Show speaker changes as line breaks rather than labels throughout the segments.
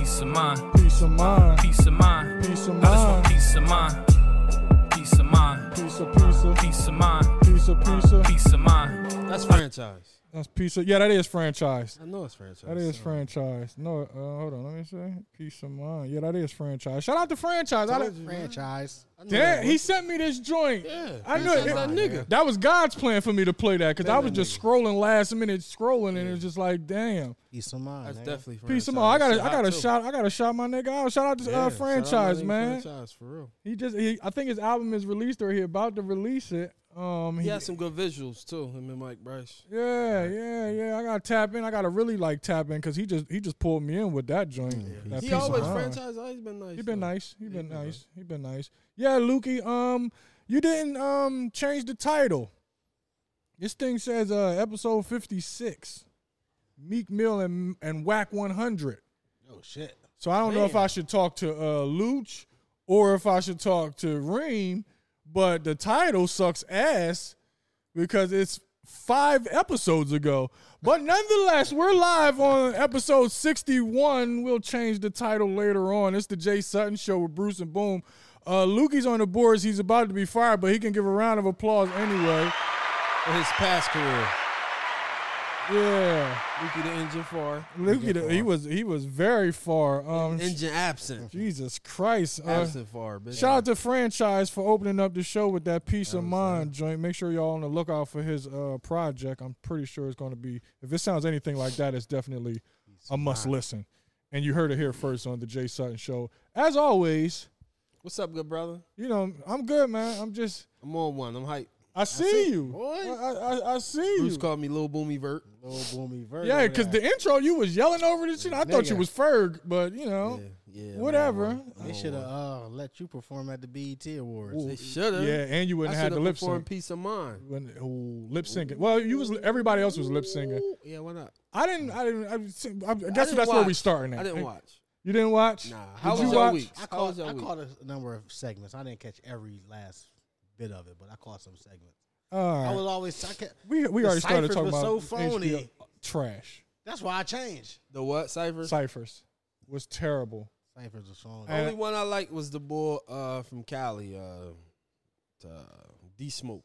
of mind.
Peace of mind.
Peace of mind.
Peace of
I just want
mind.
peace of mind. Peace of mind.
Piece of pizza.
Peace of mind.
Piece of pizza.
Peace of mind.
That's franchise.
That's pizza. Yeah, that is franchise.
I know it's franchise.
That is
so.
franchise. No, uh, hold on. Let me see. Peace of mind. Yeah, that is franchise. Shout out to franchise. I
Told
like-
you, man.
Franchise.
I knew
Damn,
that
he
was-
sent me this joint.
Yeah.
I
He
knew
sounds
it.
like a nigga.
That was God's plan for me to play that because I
Play
was
that
just
nigga.
scrolling last minute scrolling and it was just like, damn.
Peace of mind.
That's
nigga.
definitely franchise.
Peace of mind. I gotta,
Shit
I
hot,
gotta
too.
shout, I gotta shout my nigga out. Shout out to
Yeah, shout
uh,
out my
franchise,
nigga
man.
Franchise for real.
He just, he, I think his album is released or he about to release it. Um,
He
he-
had some good visuals too. Him and Mike Bryce.
Yeah, yeah, yeah. I gotta tap in. I gotta really like tap in because he just he just pulled me in with that joint. That
He
peace of
always
mind.
franchise. Always been nice.
He been
though.
nice. He been
been nice.
nice. He been nice. Yeah, Lukey. Um, you didn't um change the title. This thing says uh episode fifty six, Meek Mill and and Whack one hundred.
Oh shit.
So I don't know if I should talk to uh Luch or if I should talk to Reem, but the title sucks ass because it's five episodes ago. But nonetheless, we're live on episode 61. We'll change the title later on. It's the Jay Sutton show with Bruce and Boom. Uh Lukey's on the boards. He's about to be fired, but he can give a round of applause anyway.
For his past career,
Yeah.
Luki the engine far,
Lukey the- he was he was very far. Um
engine absent,
Jesus Christ. Uh,
absent far. Bitch.
Shout out to Franchise for opening up the show with that peace of mind joint. Make sure y'all on the lookout for his uh, project. I'm pretty sure it's going to be, if it sounds anything like that, it's definitely a must listen. And you heard it here first on the Jay Sutton Show. As always,
What's up, good brother?
you know, I'm good, man. I'm just,
I'm on one. I'm hype.
I see you.
boy.
I, I, I- I see
Bruce
you.
called me Lil Boomy Vert.
Little boomy verse.
Yeah, because the intro, you was yelling over this shit. I thought you
Nigga.
was Ferg, but you
Yeah,
know,
yeah.
Oh, whatever.
they should have uh, let you perform at the BET Awards.
They should have.
Yeah, and you
I
wouldn't have had
should
the
have
lip
performed
sync.
peace of mind.
When, ooh, lip syncing. Well, you was everybody else was lip synging.
Ooh, Yeah, why not?
I didn't. I didn't. I, was- I guess
didn't
that's where we
watch.
starting at.
I didn't watch.
You didn't watch?
Nah.
Did
How
you
was your
watch?
week?
I
How was
caught,
your
I
week?
caught a number of segments. I didn't catch every last bit of it, but I caught some segments.
All
I
right.
was always I kept,
We we
the
already started talking
ciphers were
about
so phony.
HBO trash.
That's why I changed.
The what cipher?
Ciphers was terrible.
Cypher's a song.
And-
Only one I liked was the boy uh, from Cali, uh, uh, D Smoke.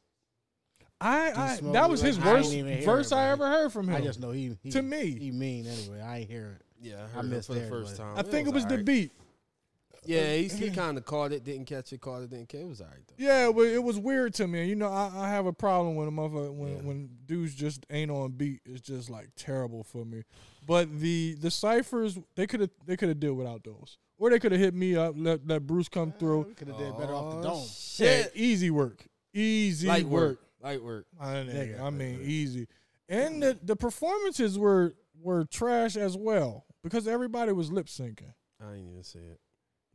I,
He
I
smoked
that
it
was
like
his
I
worst
didn't even hear
verse
it,
I
man.
ever heard from him.
I just know he, he
To me.
he mean anyway. I ain't hear it.
Yeah, I
I
heard it
missed
for the
that,
first
but-
time.
I think it was, the
alright.
beat.
Yeah, he, he kind of caught it, didn't catch it, caught it, didn't catch it. It was all right, though.
Yeah, but it was weird to me. You know, I, I have a problem when a motherfucker when when dudes just ain't on beat. It's just like terrible for me. But the the ciphers they could have they could have did without those, or they could have hit me up, let let Bruce come through.
Could have did better off the
Yeah,
dome.
Oh, Shit.
easy work, easy
Light
work.
work. Light work.
I, nigga, I mean, easy. And the, the performances were were trash as well because everybody was lip syncing.
I ain't even see it.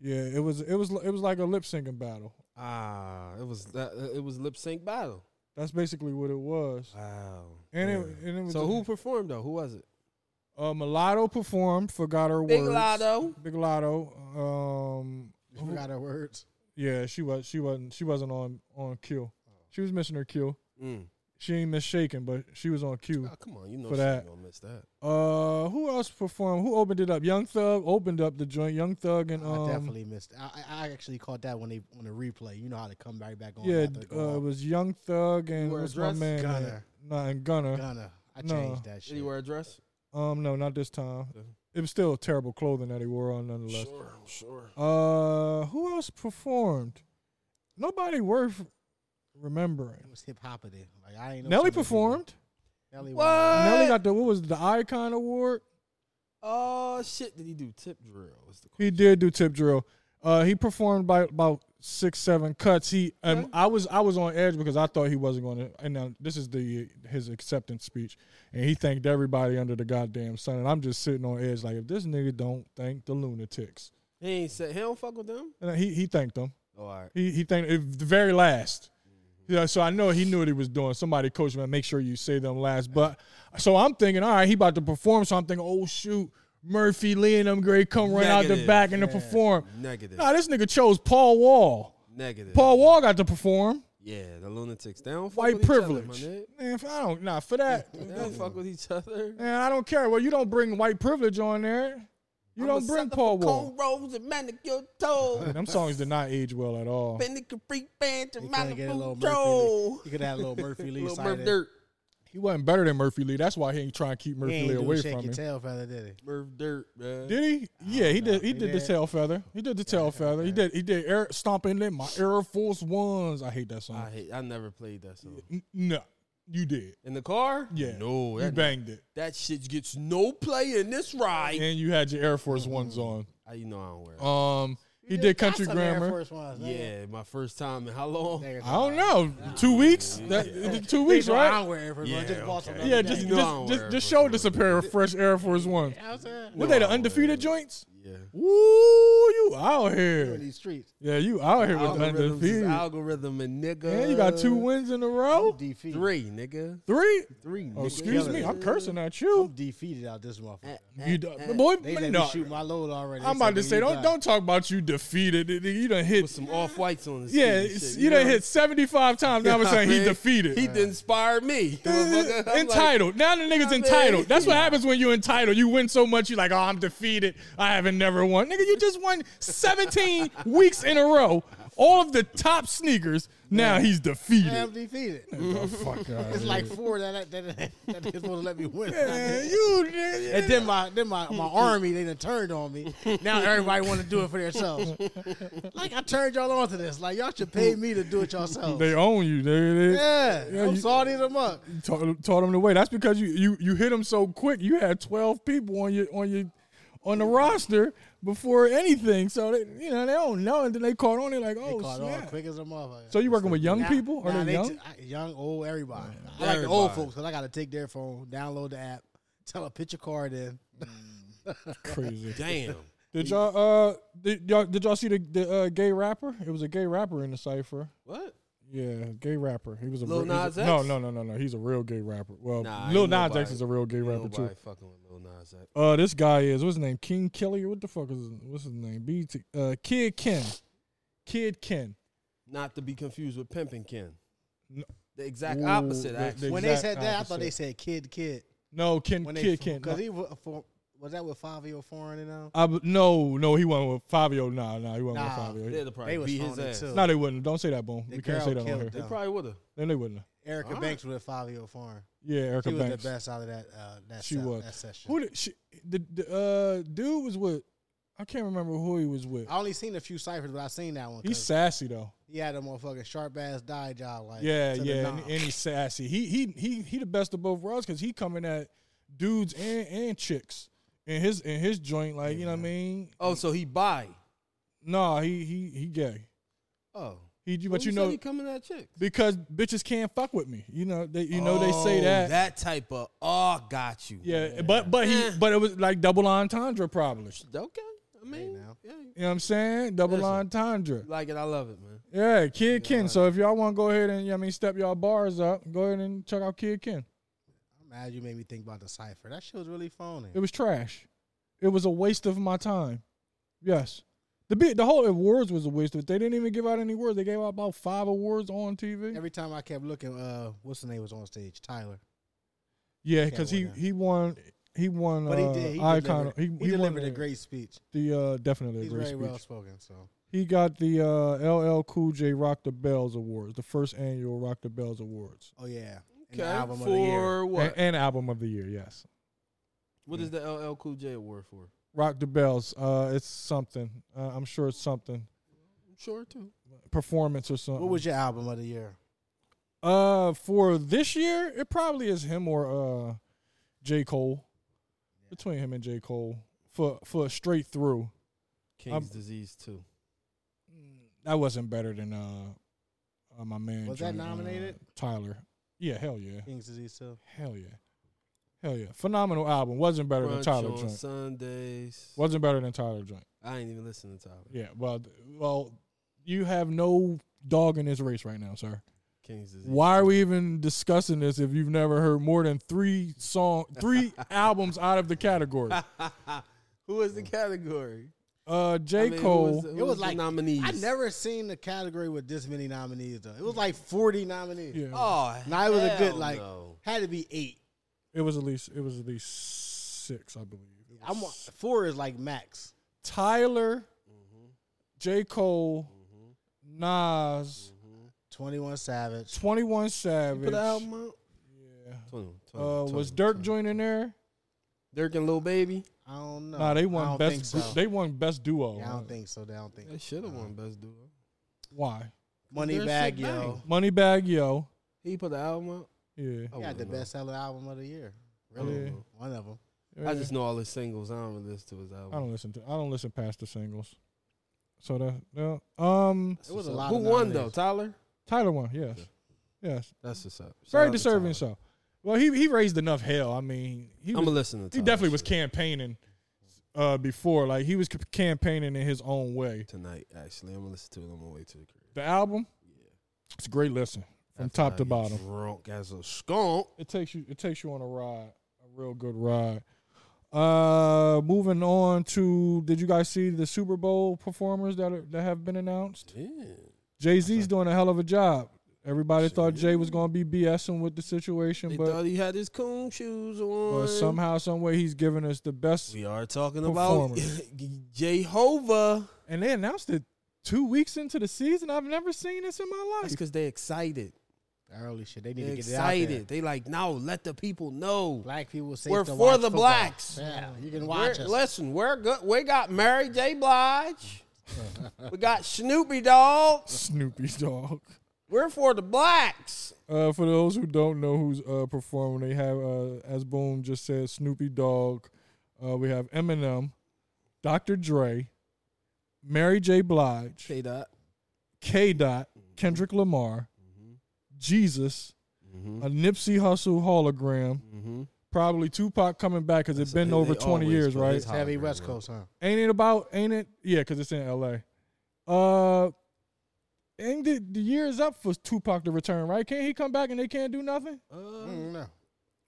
Yeah, it was it was it was like a lip syncing battle.
Ah, it was that. It was lip sync battle.
That's basically what it was.
Wow.
And it
Yeah.
and it was
so who performed though? Who was it?
Uh, Mulatto performed. Forgot her
Big
words.
Lotto.
Big Lotto. Um,
You forgot her words.
yeah, she was she wasn't she wasn't on on cue. She was missing her cue.
Mm.
She ain't miss shaking, but she was on cue.
Ah, come on, you know
For
she
that.
ain't gonna miss that.
Uh, who else performed? Who opened it up? Young Thug opened up the joint. Young Thug and um,
I definitely missed. I, I I actually caught that when they on the replay. You know how to come right back on.
Yeah,
after it go
uh, it
off.
was Young Thug and
wore a
what's my
dress?
man?
Gunna.
Nah, and Gunner.
Gunna. I
no.
changed that
Did
shit.
he wear a dress?
Um, no, not this time. It was still terrible clothing that he wore on, nonetheless.
Sure, sure.
Uh, who else performed? Nobody worth remembering.
It was hip hoppity. Like I ain't
Nelly
know so many people.
performed.
Nelly
What?
was-
Nelly got the what was it, the Icon Award?
oh shit! Did he do tip drill? Is the
He did do tip drill. Uh, he performed by about six, seven cuts. He, um, I was, I was on edge because I thought he wasn't going to. And now this is the his acceptance speech, and he thanked everybody under the goddamn sun. And I'm just sitting on edge, like if this nigga don't thank the lunatics,
He ain't said he don't fuck with them.
and he he thanked them.
Oh, all right.
He he thanked if the very last. Yeah, so I know he knew what he was doing. Somebody coached him, make sure you say them last. But so I'm thinking, all right, he about to perform. So I'm thinking, oh shoot, Murphy Lee and them great come right out the
Negative.
back and to perform.
Negative.
Nah, this nigga chose Paul Wall.
Negative.
Paul Wall got to perform.
Yeah, the lunatics. They don't fuck
White
with
privilege.
Each other,
Man, if I don't nah for that.
my nigga. They don't fuck with each other.
Man, I don't care. Well, you don't bring white privilege on there. You don't bring Paul Wall.
Cold rolls and manicure toes.
Them songs did not age well at all.
Benny Capri fan to
You could get a little
Malibu
Murphy.
Joe.
Lee. You could have a little Murphy Lee
Little
side.
Murph
in.
Dirt.
He wasn't better than Murphy Lee. That's why he ain't trying to keep
He
Murphy
ain't
Lee
do
away
shake
from
your
him.
tail feather, did he?
Murph Dirt, man.
Did he? Yeah, he
know.
did. He
He
did the
did.
tail feather. He did the tail feather. He did. He did air stomping in my Air Force Ones. I hate that
I
song.
hate. I never played that song.
N- No, you did.
In the car?
Yeah.
No,
You
that,
banged it,
that shit gets no play in this ride.
and you had your Air Force Ones on.
I, you know I don't wear. it.
Um, he
You
did
got
Country
some Air
Grammar.
Force Ones,
yeah,
man.
my first time in how long?
Niggas
I don't know. Two weeks. That, it- two weeks,
know I
right?
don't wear Air Force Ones. I
Yeah,
just bought
okay.
some. the
Yeah,
other
just
day.
You know I
just
don't wear
just,
Air
just
Force
showed us a
Ones.
pair of fresh Air Force Ones.
I was saying,
Were
No,
they
I
the
wear
undefeated
it.
joints?
Yeah.
Ooh, you out
in
here.
these streets.
Yeah, you out here with the
Algorithms is
undefeated.
algorithm and nigga.
Man, you got two wins in a row.
Defeated.
Three, nigga.
Three?
Three, nigga.
Oh, excuse me. I'm cursing at you.
I'm defeated out this motherfucker.
You do, boy,
They let
no.
me shoot my load already. They
I'm
said,
about to
"Nigga,
say,
you
don't
done."
don't talk about you defeated. It- You done
With
hit.
some off whites on his
Yeah,
feet and
it's-
shit,
you done
know?
hit 75 times. Now we're saying he
Man,
defeated.
He inspired me.
Uh,
motherfucker. I'm like,
entitled. now the nigga's
I mean-
entitled. That's what happens when you're entitled. You win so much, you're like, oh, I'm defeated. I haven't never won. Nigga, you just won 17 weeks in a row. All of the top sneakers. Now he's
Yeah, I'm
defeated.
defeated.
The fuck out
It's
here.
like four that that that, that they're supposed to let me win.
Man, you,
And then my then my, my army they done turned on me. Now everybody want to do it for themselves. Like I turned y'all on to this. Like y'all should pay me to do it yourselves.
they own you. They, they,
yeah,
Yeah,
I'm
you-
salty as a muck.
taught, taught him the way. That's because you you you hit him so quick. You had twelve people on your on your on the roster before anything. So they, you know they don't know, and then they caught on. They're like,
They
oh
caught on
snap.
quick as a motherfucker.
So you working with young
Now-
people? Are
now
they young?
t- I- young, old, everybody. I like the old
Everybody.
folks because I got to take their phone, download the app, tell them pitch your card in.
Crazy.
Damn.
Did y'all uh did y'all did y'all see the, the uh, gay rapper? It was a gay rapper in the cipher.
What?
Yeah, gay rapper. He was a real-
Lil
he's
Nas
a-
X?
No, no, no, no, no. He's a real gay rapper. Well,
Nah,
Lil
ain't
Nas X
nobody-
is a real gay
Ain't
rapper too.
nobody fucking with Lil Nas X.
Uh, this guy is what's his name? King Kelly. What the fuck is what's his name? BT. Uh, Kid Ken. Kid Ken.
Not to be confused with Pimpin' Ken.
No.
The exact
Ooh,
opposite,
the-
actually.
the
When they
exact
said that, I
opposite.
thought they said kid, kid.
No, Ken.
When they
Kid Ken.
because
No,
he was, for, was that with Fabio Foreign and them.
I, bu- no, no, he wasn't with Fabio. Nah, nah, he wasn't
Nah,
with Fabio.
They'd probably
They was
beat
on
his
it
ass.
too.
No, they wouldn't. Don't say that, Boom.
The
We can't
girl
say that on
killed
here.
They
them.
probably would have.
Then they wouldn't.
Erica
All right.
Banks with Fabio Foreign.
Yeah, Erica
She was
Banks.
the best out of that uh, that,
She
se-
was.
that session.
Who did she, the, the uh, dude was with? I can't remember who he was with.
I only seen a few ciphers, but I seen that one.
He's
'cause
sassy though.
he had a motherfucking sharp ass dye job. Like
Yeah,
to the
yeah, and,
knob.
and he's sassy. He he he he the best of both worlds because he coming at dudes and and chicks in his in his joint. Like you know what I mean?
Oh, so he bi.
No, he he he gay.
Oh.
He
Well,
but you
said
know
he coming at chicks.
because bitches can't fuck with me. You know they you know they say
Oh,
that.
That type of oh, got you.
yeah, but but he
Eh.
but it was like double entendre probably.
Okay. I mean,
now.
yeah. you
You know what I'm saying? Double
Listen.
entendre.
Like it, I love it, man.
Yeah, Kid Ken. So if y'all want to go ahead and you know what I mean step y'all bars up, go ahead and check out Kid Ken.
I'm mad you made me think about the cipher. That shit was really phony.
It was trash. It was a waste of my time. Yes. The big, the whole awards was a waste of it. They didn't even give out any awards. They gave out about five awards on TV.
Every time I kept looking, uh, what's the name was on stage? Tyler.
yeah,
can't
because he,
win that.
he won he won
But he
uh,
did. He
icon.
delivered, he,
he won
delivered
the-
a great speech.
the uh definitely a
He's
great
very
speech.
well spoken. So
He got the uh LL Cool J Rock the Bells Awards, the first annual Rock the Bells Awards.
oh yeah, and
Okay.
the album
for
of the year.
what?
And, and album of the year, yes.
what is the LL Cool J award for?
Rock the Bells. Uh it's something. Uh, I'm sure it's something.
I'm sure too.
Performance or something.
What was your album of the year?
Uh, for this year, it probably is him or uh, J Cole. Between him and J Cole, for for straight through,
King's
I'm-
Disease too.
that wasn't better than uh, uh my man.
Was that
Dre- uh,
nominated?
Tyler. Yeah, hell yeah,
King's Disease too.
hell yeah, hell yeah. Phenomenal album. Wasn't better than
Brunch
Tyler
on
joint.
Sundays.
Wasn't better than Tyler joint.
I ain't even listening to Tyler.
Yeah, well, th- well, you have no dog in this race right now, sir.
King's Disease.
Why are we even discussing this if you've never heard more than three song, three albums out of the category?
Who is the category?
Uh, J
I mean, who
Cole.
was the- who
It was
the
like
nominees.
I never seen a category with this many nominees though. It was like forty nominees.
yeah,
Oh,
Now it was a
hell
good like
no.
had to be eight.
it was at least it was at least six, I believe. It
I'm four is like max.
Tyler,
Mm-hmm.
J. Cole, Nas,
Mm-hmm. Twenty One Savage.
21 Savage.
Put the album out.
Yeah.
20,
Uh, was Dirk joined in there?
Dirk and Lil Baby?
I don't know.
nah, they
I
won
don't
best.
Think so.
They won best duo.
yeah, I don't think so. They don't think.
They should have won Best Duo.
Why?
Money
Their
Bag
shit
Yo.
bang.
Moneybag Yo.
He put the album out.
Yeah.
I
He got
wouldn't
the
know.
best seller album of the year.
I don't
Yeah.
know.
One of them.
I just know all his singles. I don't really listen to his album.
I don't listen to. I don't listen past the singles. So that no. Um,
That's
It was
what's
a
up.
lot
Who
of
won though?
nominees.
Tyler.
Tyler won. Yes. Yes.
That's what's up.
Very deserving. So, well, he he raised enough hell. I mean, he
I'm
was,
gonna listen to.
he
Tyler
definitely was
shit
campaigning uh before like he was c- campaigning in his own way.
tonight. Actually, I'm gonna listen to it on my way to the crib.
The album, it's a great listen from
After
top
I
to
get
bottom.
Drunk as a skunk.
It takes you it takes you on a ride, a real good ride. Uh, moving on to did you guys see the Super Bowl performers that are, that have been announced?
Yeah.
Jay Z's doing a hell of a job. Everybody
Shit.
thought Jay was going to be BSing with the situation,
They
but,
thought he had his coon shoes on.
but somehow, some way, he's giving us the best.
we are talking about
Performance.
Jehovah.
And they announced it two weeks into the season. I've never seen this in my
That's
life.
because they excited.
Early shit. They need
They
to get it out there.
excited. They like now let the people know.
Black people say
We're
to
for
watch
the
football.
blacks. Mm.
Yeah, you can watch
We're-
us.
Listen, we're good. We got Mary J. Blige. we got Snoopy Dogg.
Snoopy's dog.
We're for the blacks.
Uh, for those who don't know who's uh, performing, they have, uh, as Boom just said, Snoopy Dogg. Uh, we have Eminem, Dr. Dre, Mary J. Blige,
Say that.
K. Dot,
Mm-hmm.
Kendrick Lamar, Jesus,
Mm-hmm.
a Nipsey Hussle hologram, probably Tupac coming back because it's been over twenty years, right?
It's heavy West Coast, huh?
Ain't it about? Ain't it? Yeah, because it's in L.A. Uh, and the, the year is up for Tupac to return, right? Can't he come back and they can't do nothing?
Uh,
Mm, no.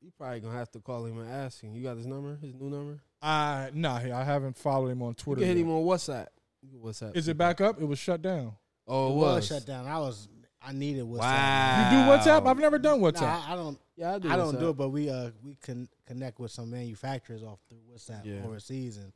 you probably gonna have to call him and ask him. You got his number? His new number?
I nah, I haven't followed him on
You
Twitter.
can hit
yet.
him on WhatsApp. You can WhatsApp.
Is it back up? It was shut down.
Oh, it
It
was.
was shut down. I was. I needed what's
You do
Wow.
WhatsApp? I've never done
Nah,
WhatsApp.
I, I don't.
Yeah, I do.
I don't
WhatsApp.
do it, but we uh we can connect with some manufacturers off through WhatsApp
Yeah.
overseas, and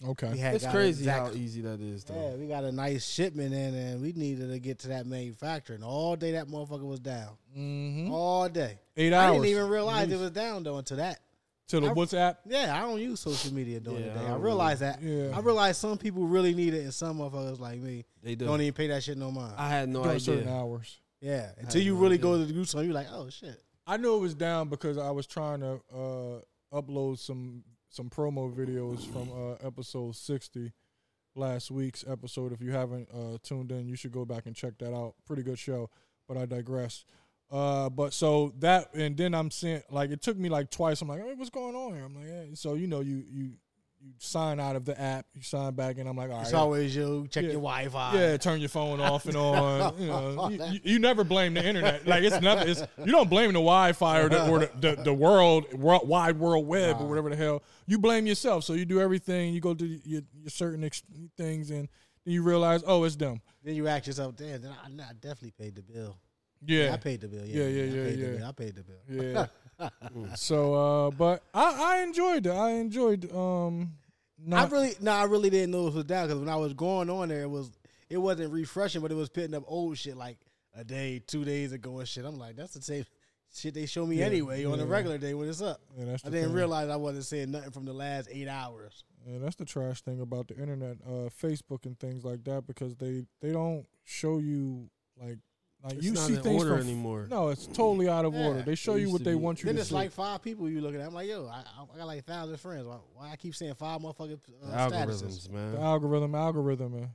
we
okay.
had
It's
got
crazy
exact-
how easy that is. Though.
Yeah, we got a nice shipment in, and we needed to get to that manufacturer. And all day that motherfucker was down.
Hmm?
Mm-hmm.
All day.
Eight
Oh, I
hours.
didn't even realize it
Least.
was down though until that.
to the
I-
WhatsApp.
Yeah, I don't use social media during
Yeah,
the
I
day. I,
don't
realize that.
Yeah.
I realize some people really need it, and some motherfuckers like me
They do.
don't even pay that shit no mind.
I had no
During certain
idea.
hours.
yeah, until
had
you
no
really
idea.
go to the group, so you're like, oh shit.
I knew it was down because I was trying to uh, upload some some promo videos from uh, episode sixty, last week's episode. If you haven't uh, tuned in, you should go back and check that out. Pretty good show, but I digress. Uh, but so that and then I'm seeing like it took me like twice. I'm like, hey, what's going on here? I'm like, yeah. so you know you you you sign out of the app, you sign back, and I'm like, all
It's
right,
always you check
Yeah.
your Wi-Fi.
yeah, turn your phone off and
Oh,
on. You, know, you, you- you never blame the internet. Like it's nothing. It's, you don't blame the Wi-Fi or the or the, the, the world, world wide world web or whatever the hell. You blame yourself. So you do everything. You go do your, your certain ex- things, and then you realize, oh, it's them.
Then you ask yourself, damn, then I, I definitely paid the bill.
Yeah,
I paid the bill.
Yeah,
Yeah,
yeah, yeah,
I paid
yeah.
The bill. I paid the bill.
yeah. so, uh, but I, I enjoyed it. I enjoyed. Um,
I
not,
really no, I really didn't know it was down because when I was going on there, it was it wasn't refreshing, but it was putting up old shit like a day, two days ago and shit. I'm like, that's the same shit they show me
Yeah,
anyway on a
yeah.
regular day when it's up.
Yeah, that's
I
the
didn't
thing.
realize I wasn't saying nothing from the last eight hours.
Yeah, that's the trash thing about the internet, uh, Facebook and things like that, because they they don't show you like like
It's
you
not
see
in
things
order
from,
anymore.
No, it's totally out of
Yeah.
order. They show
It
you
used
what
to
they
be.
want you
Then
to
it's
see.
like five people you looking at. I'm like, yo, I, I- I got like thousand friends. Why, why I keep saying five motherfucking
The
uh, statuses?
algorithms,
the
man.
algorithm, algorithm, and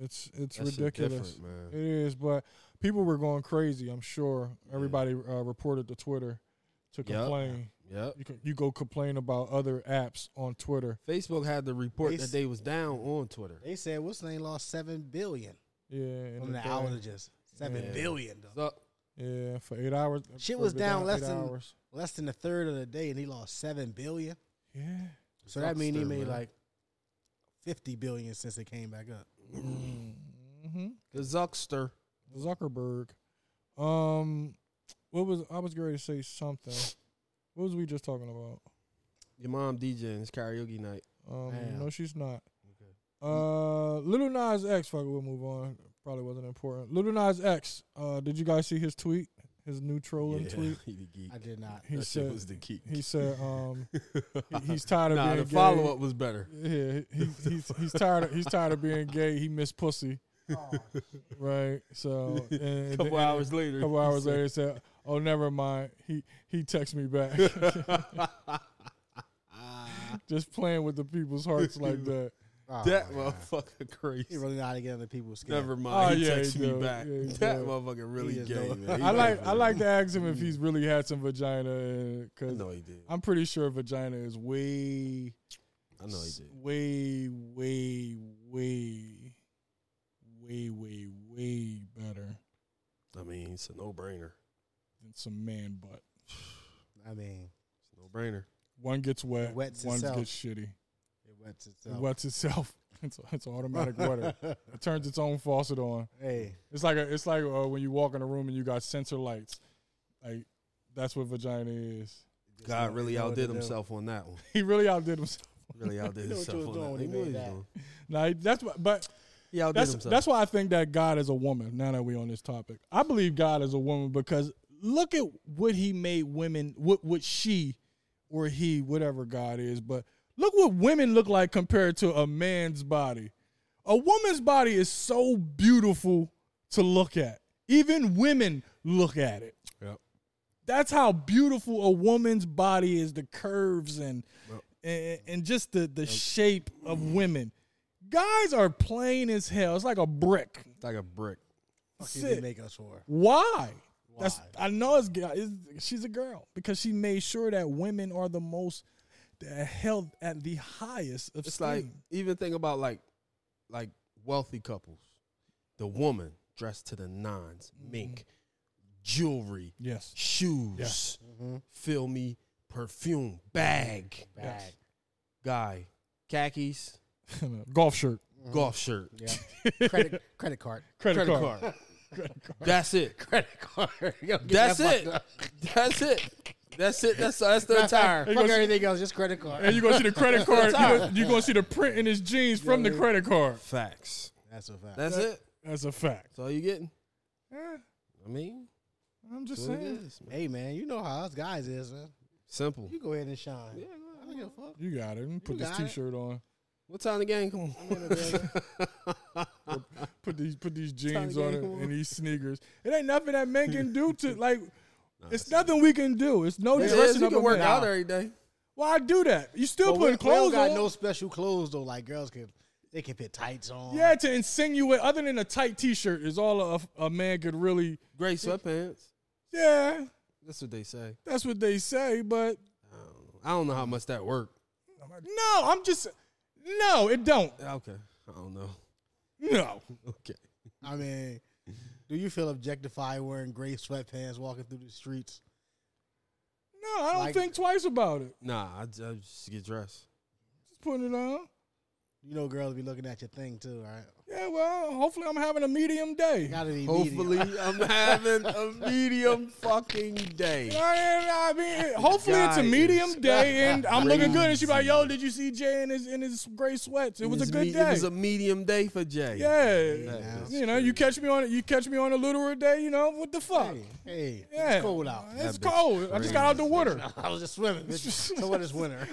it's it's
That shit
ridiculous.
different, man.
It is, but people were going crazy. I'm sure everybody uh, reported to Twitter to
Yep.
complain.
Yep.
You can, you go complain about other apps on Twitter.
Facebook had the report
They
that
s-
they was down on Twitter.
They said what's the name lost seven billion
Yeah, in
from
a
the
day.
outages. Seven
Yeah.
billion. though.
So,
Yeah, for eight hours.
Shit
for
was
the
down
eight
less than-
hours.
less than a third of the day, and he lost seven billion.
Yeah.
So that means he
Dumpster,
made
man.
like fifty billion since it came back up.
mm-hmm.
the Zuckster.
Zuckerberg. Um, what was I was going to say something? What was we just talking about?
Your mom DJing. It's karaoke night.
Um,
Damn.
no, she's not. Uh, Little Nas X. Fuck, it, we'll move on. Probably wasn't important. Little Nas X. Uh, did you guys see his tweet? His new trolling tweet.
he the geek.
I did not.
He
that shit
said.
was the geek.
He said. Um, he- he's tired of
nah,
being
the
gay.
follow up was better.
Yeah, he, he- he's he's tired. Of, he's tired of being gay. He missed pussy.
Oh,
Right. So and- and,
A couple
and-
hours later.
A couple hours later, he said, "Oh, never mind." He he texted me back, just playing with the people's hearts like that.
Oh,
That
man.
motherfucker
He
crazy.
really know how to get under people's skin.
Never mind.
Oh,
he
yeah, he
texted
do.
me back.
Yeah, he
that
do.
motherfucker really
He is
gay,
though.
man. He
I like
definitely-
I like to ask him if he's really had some vagina,
I
because
know he did.
I'm pretty sure vagina is way,
I know he did.
way, way, way, way, way, way better
I mean, it's a no brainer.
than some man butt.
I mean,
It's a no brainer.
One gets wet,
It wets
one
itself.
gets shitty.
it wets
It
itself.
wets itself. It's it's automatic water. It turns its own faucet on.
hey,
It's like a, it's like uh, when you walk in a room and you got sensor lights. Like that's what vagina is.
just know-
God really
know what to
outdid
do.
himself on that one.
He really outdid himself.
Really outdid
He knew what
himself
you was
on that.
doing when
He
he
knew
made
what he was
that.
doing.
Now that's what, but
He outdid
that's
himself.
that's why I think that God is a woman. Now that we're on this topic, I believe God is a woman because look at what He made women. What what she or he, whatever God is, but look what women look like compared to a man's body. A woman's body is so beautiful to look at. Even women look at it.
Yep.
That's how beautiful a woman's body is. The curves and and, and just the the shape of women. Guys are plain as hell. It's like a brick.
It's like a brick.
Fuck
That's
you
it.
didn't make us for.
Why? That's
Why?
I know it's, it's she's a girl because she made sure that women are the most that held at the highest of
It's like even think about like like wealthy couples. The woman dressed to the nines,
Mm-hmm.
mink, jewelry,
yes,
shoes,
Mm-hmm.
feel me, perfume, bag,
Bag.
guy, khakis,
golf shirt,
golf shirt.
Mm-hmm. Yeah. credit credit card.
credit,
Credit
card.
card. That's it.
Credit card. Yo, get
That's
that
it.
fucked up.
That's it. That's it. That's that's the entire.
Fuck everything else, just credit card.
And you're gonna see the credit card. you're, gonna, you're gonna see the print in his jeans from the credit card.
Facts.
That's a fact.
That's it.
That's a fact.
That's all you getting.
Eh,
I mean,
I'm just
that's what it
saying.
is, man.
hey man, you know how us guys is, man.
Simple.
You go ahead and shine.
Yeah,
I don't give a fuck.
You got it. Let me Put this
got it.
t-shirt on.
What time the game? Come on.
Put these put these
Tyler
jeans on it
Gankle.
and these sneakers. It ain't nothing that men can do to like. It's nothing we can do. It's no
It is.
dressing
You
up. a
can work
man.
out every day.
Why I do that? You still
But we, we
putting
don't
clothes
got
on?
no special clothes though. Like girls can, they can put tights on.
yeah, to insinuate other than a tight T-shirt is all a, a man could really.
Gray sweatpants.
Yeah,
That's what they say.
that's what they say, but
I don't know, I don't know how much that work.
no, I'm just no, it don't.
Okay. I don't know.
No,
Okay.
I mean, do you feel objectified wearing gray sweatpants walking through the streets?
no, I don't
Like-
think twice about it.
Nah, I, ju- I just get dressed.
Just putting it on.
You know, girls be looking at your thing too, right?
Yeah, well, hopefully I'm having a medium day.
Gotta be
Hopefully,
medium.
I'm having a medium fucking day.
I mean, hopefully it's a
Guy
medium
is
day, and I'm looking good. And she be like,
crazy.
"Yo, did you see Jay in his in his gray sweats? It was
It's
a good
me-
day.
It was a medium day for Jay.
yeah,
That
you know, you catch me on you catch me on a literal day. You know, what the fuck?
Hey, hey,
yeah,
it's cold out.
It's
That bitch
cold. I just got out the water.
I was just swimming. bitch. so what is winter?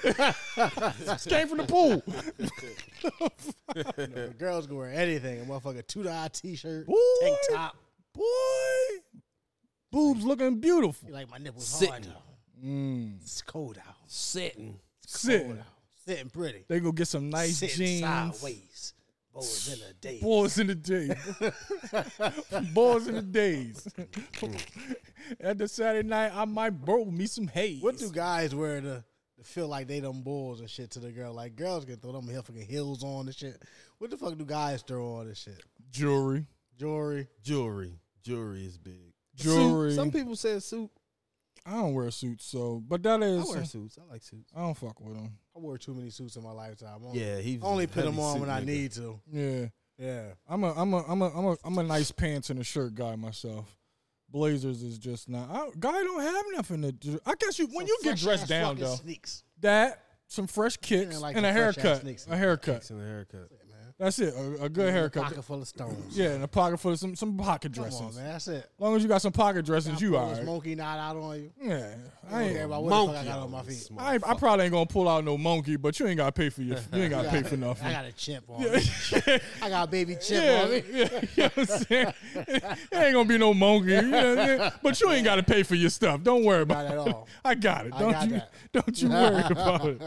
Just came from the pool.
The girls can wear anything. A motherfucker two dot t-shirt,
Boy,
tank top.
boy, boobs looking beautiful.
You like my nipples hard
Sitting.
though. It's cold out.
Sitting.
Sitting.
Sitting pretty.
They go get some nice
Sitting
jeans.
sideways. Boys in a day.
Boys in the day. Boys in the days. At the Saturday night, I might borrow me some haze.
What do guys wear to, to feel like they them bulls and shit to the girl? Like girls can throw them heel fucking heels on and shit. What the fuck do guys throw on and shit?
jewelry?
Jewelry.
Jewelry. Jewelry is big. A suit.
Jewelry.
Some people say a suit.
I don't wear suits, so but that
I
is. uh,
wear suits. I like suits.
I don't fuck with them.
I wore too many suits in my lifetime. I only,
Yeah, he was
I only
a
put them
heavy
on
suit
when I
nigga.
need to.
Yeah,
Yeah.
I'm a I'm a I'm a I'm a I'm a nice pants and a shirt guy myself. Blazers is just not. I, guy don't have nothing to do. I guess you when you get
Fresh
dressed
ass
down
fucking
though,
Sneaks.
that some fresh kicks
Yeah, like
and a
some fresh-ass
haircut.
nicks.
A haircut.
Kicks and a haircut.
That's it. A, a good haircut.
Pocket full of stones.
Yeah, and a pocket full of some some pocket
Come
dressings.
on, man. That's it.
As long as you got some pocket dressings, you
Pull
are.
this monkey knot out on you.
yeah, Oh, I
I don't
ain't.
care about what the fuck I
Monkey
got on my feet.
I, ain't- I probably ain't gonna pull out no monkey, but you ain't gotta pay for your. You ain't gotta pay for
I
nothing.
got a chimp on me. I got a baby chimp
Yeah,
on me.
yeah, you know what I'm saying? It ain't gonna be no monkey, you know what I'm saying? but you ain't gotta pay for your stuff. Don't worry about
Not at
it.
all.
I got it.
I
Don't
got
you
that.
don't you worry about it.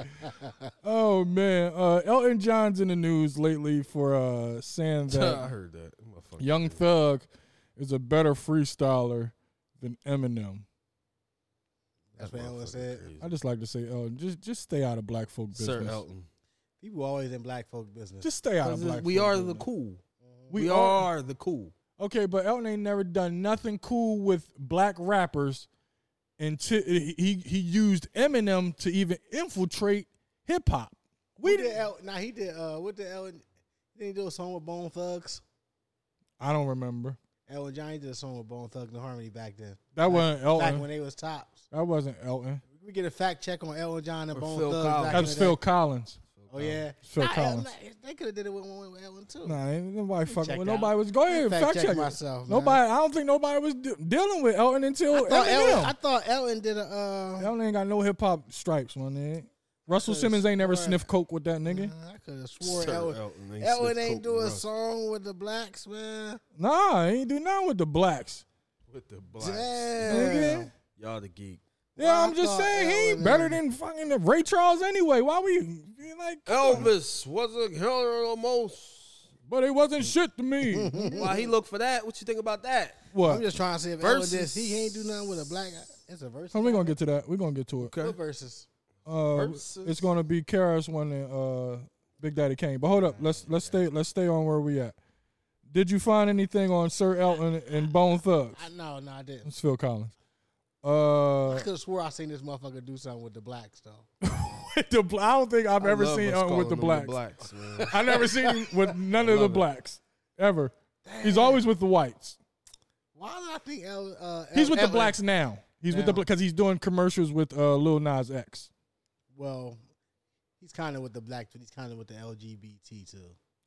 Oh man, uh, Elton John's in the news lately for uh, saying
I
that
heard that. Motherfucker.
Young Thug is a better freestyler than Eminem.
That's what Elton
motherfucking
said.
crazy.
I just like to say, Elton, just just stay out of black folk business.
Sir Elton.
People always in black folk business.
Just stay out of black.
We
folk
are the
business.
cool.
We
We,
are-
are. the cool.
Okay, but Elton ain't never done nothing cool with black rappers, and t- he he used Eminem to even infiltrate hip hop.
we
We
did.
did.
El, now he did. Uh, what did Elton? Didn't he do a song with Bone Thugs?
I don't remember.
Elton John he did a song with Bone Thugs and Harmony back then.
That wasn't
Back
Elton.
when they was tops.
That wasn't Elton.
We get a fact check on Elton John and
Or
Bone
Phil
Thugs.
Collins.
back
That
in
was
the day.
Phil Collins.
Oh yeah.
Um, Phil
Nah,
Collins.
Elton- they could have did it with, one with Elton too.
Nah, ain't nobody fucking
check
with
out.
nobody was. Go ahead,
fact
fact
check
check. it.
myself, man.
nobody. I don't think nobody was de- dealing with Elton until
I thought, Elton,
Eminem.
I thought Elton did a. Uh,
Elton ain't got no hip hop stripes, my nigga. Russell
Could've
Simmons ain't never
swore-
sniffed coke with that nigga.
uh, I could have swore
Sir Elton
Elton. Elton,
ain't sniffed
ain't
coke
do
with
a
Russ.
song with the blacks, man.
Nah, he ain't do nothing with the blacks.
With the blacks.
Damn.
Nigga.
Y'all the geek.
Yeah,
Well, I
I'm just
thought
saying he ain't
Elton-
better than fucking Ray Charles anyway. Why we be like?
Elvis was a hell of the most.
But it wasn't shit to me.
Why he look for that? What you think about that?
I'm
what?
just trying to see if
Versus.
Elton did. He ain't do nothing with a black. It's a verse.
So we're gonna get to that. We're gonna get to it.
What verses?
Uh,
Versus.
it's gonna be Karis one and uh, Big Daddy Kane. But hold up, let's let's stay let's stay on where we at. Did you find anything on Sir Elton and Bone Thugs?
I no, no, I didn't.
It's Phil Collins.
I
Uh,
could have swore I seen this motherfucker do something with the blacks though.
the bl- I don't think I've ever
I love
seen
us
Elton with the
calling them
blacks.
the blacks, man.
I never seen him with none of the
Love it.
blacks ever. He's always with the whites.
Why did I think El, uh,
He's
El-
with the
Elton-
blacks now. He's with the
Now.
because he's doing commercials with uh, Lil Nas X.
Well, he's kind of with the black, but he's kind of with the LGBT too.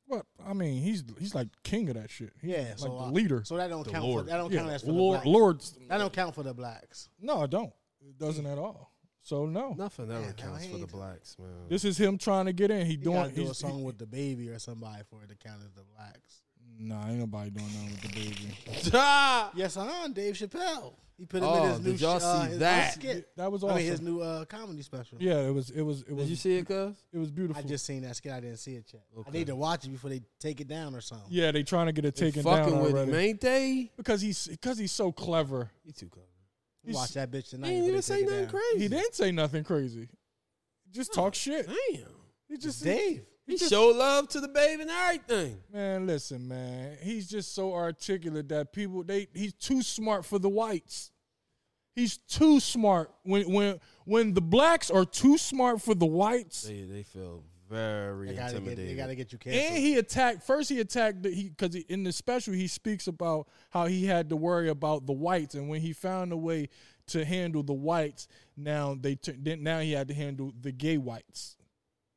What I mean, he's he's like king of that shit. He's
Yeah,
like
so
the
I-
leader.
So that don't count.
Lord.
For, that don't
yeah,
count as for
Lord,
the blacks.
Lord.
That don't count for the blacks.
No, I don't. It doesn't at all. So no,
Nothing ever
Man,
counts for the
Elton.
blacks, man.
this is him trying to get in. He
He
doing
gotta do a
he's-
song
he-
with the baby or somebody for it to count as the blacks.
Nah, ain't nobody doing nothing with the baby.
Ah!
Yes, I'm Dave Chappelle. He put him
Oh,
in his new.
did y'all
sh- uh,
see
his new
that?
skit.
That was
I
awesome.
mean, his new uh, comedy special.
yeah, it was. It was. It was.
Did you see it, cuz?
It was beautiful.
I just seen that skit. I didn't see it yet.
Okay.
I need to watch it before they take it down or something.
yeah, they trying to get it
They
taken down
fucking with
already.
him, ain't they?
because he's because he's so clever.
You too, cuz.
He's-
Watch that bitch tonight.
He didn't
before they
even say
take it
nothing
down.
crazy.
He didn't say nothing crazy. Just talk shit.
Damn.
He just
Dave.
He
He
just-
show love to the baby and everything.
Man, listen, man. He's just so articulate that people they he's too smart for the whites. He's too smart when when when the blacks are too smart for the whites.
They, they feel very
They gotta get. They
intimidated.
gotta get you
And
canceled.
he attacked first. He attacked the, he because he, in the special he speaks about how he had to worry about the whites, and when he found a way to handle the whites, now they t- then now he had to handle the gay whites.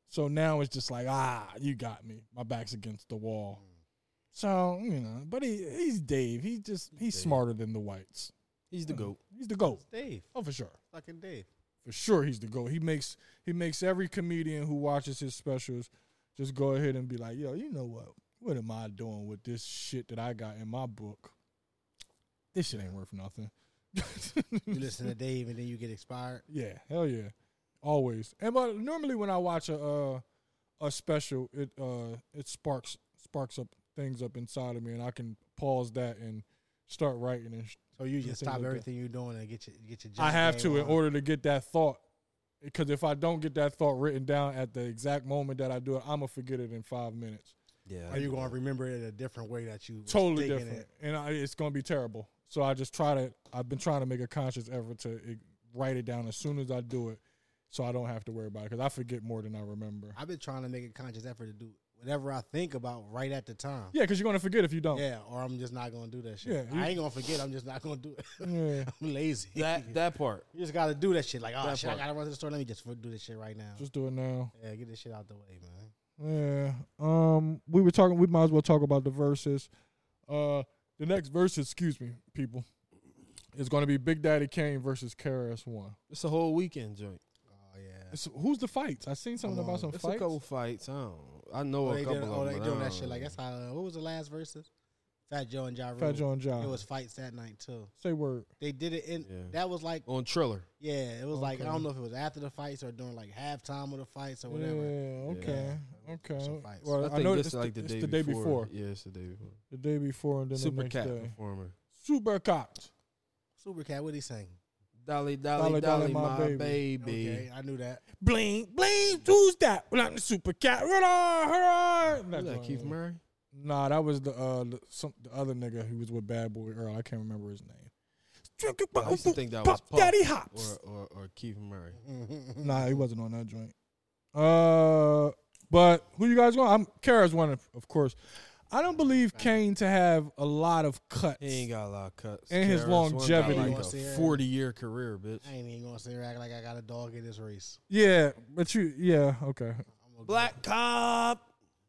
So now it's just like ah, you got me. My back's against the wall. So you know, but he he's Dave. He just he's smarter than the whites.
He's the goat.
He's the goat.
Dave.
Oh, for sure,
Fucking Dave.
for sure. He's the goat. He makes he makes every comedian who watches his specials just go ahead and be like, yo, you know what? What am I doing with this shit that I got in my book? This shit ain't worth nothing.
You listen to Dave and then you get expired.
yeah, hell yeah, always. And but normally when I watch a uh, a special, it uh it sparks sparks up things up inside of me, and I can pause that and start writing and sh-
So you
Something
just stop
like that.
everything you're doing and get your get your.
I
jump
have
game
to in
on.
order to get that thought. Because if I don't get that thought written down at the exact moment that I do it, I'm gonna forget it in five minutes.
Yeah.
Are you going to remember it a different way that you was
Totally
thinking
different,
It?
and I, it's gonna be terrible. So I just try to. I've been trying to make a conscious effort to eh, write it down as soon as I do it, so I don't have to worry about it. Because I forget more than I remember.
I've been trying to make a conscious effort to do whatever I think about right at the time.
Yeah, because you're gonna forget if you don't.
Yeah, or I'm just not gonna do that shit.
Yeah, you-
I ain't gonna forget. I'm just not gonna do it.
Yeah.
I'm lazy.
That that part.
you just gotta do that shit. Like, oh
That
shit,
part.
I gotta run to the store. Let me just f- do this shit right now.
Just do it now.
yeah, get this shit out the way, man.
Yeah. Um, we were talking. We might as well talk about the verses. Uh, the next verses, excuse me, people, is going to be Big Daddy Kane versus KRS One.
It's a whole weekend joint.
Oh yeah.
It's, who's the fights? I seen something
Come
about
on.
some
Oh, It's
fights.
a couple fights. I don't. I know
Oh,
a
they,
couple
doing,
of
oh,
them.
they
but I
doing that
don't
shit. Like
know.
that's how. Uh, what was the last verses? Fat Joe and Ja Rule.
Fat John John.
It was fights that night too.
Say word.
They did it in.
Yeah.
That was like.
on Triller.
Yeah, it was like I
Okay.
don't know if it was after the fights or during like halftime of the fights or whatever.
Yeah. Okay. Okay.
Some fights.
Well, I,
I think
know
this
it's
is like the,
it's
day, before. Yeah, it's the day before.
The day before and then
Super
the next
Cat
day.
performer.
Super cocked.
Supercat, what he saying?
Dolly, Dolly, Dolly, my, baby.
Okay, I knew that.
Bling bling. Who's that? Well, I'm the super cat. Hurrah! Hurrah!
Who
Not
that,
John
Keith
Lennon.
Murray?
Nah, that was the uh the, some, the other nigga who was with Bad Boy Earl. I can't remember his name. Drink it,
I used to think that was Puff
Daddy Hops.
or, or or Keith Murray.
Nah, he wasn't on that joint. Uh, but who you guys going? I'm Kara's one, of, of course. I don't believe Kane to have a lot of cuts.
He ain't got a lot of cuts.
And his
Kara's one got
longevity.
like
Wanna
a
see her?
forty year career, bitch.
I ain't even gonna sit here and act like I got a dog in this race.
Yeah, but you, yeah, okay.
I'm gonna go-
Black cop,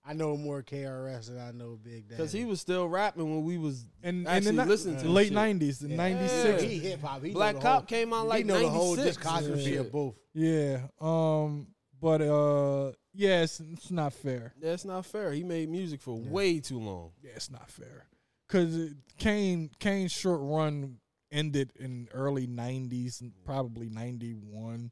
I know more KRS than I know Big Daddy.
because he was still rapping when we was
And
actually
and the,
listening to the
late
shit.
'90s, the
Yeah.
'96.
He hip hop. He know
Black
the
Cop
whole-
came out
he
like
know the whole
96.
discography
Yeah.
of both.
Yeah. Um. But uh, yeah, it's, it's not fair.
That's not fair. He made music for way too long.
Yeah, it's not fair. Cause Kane Kane's short run ended in early '90s, probably '91,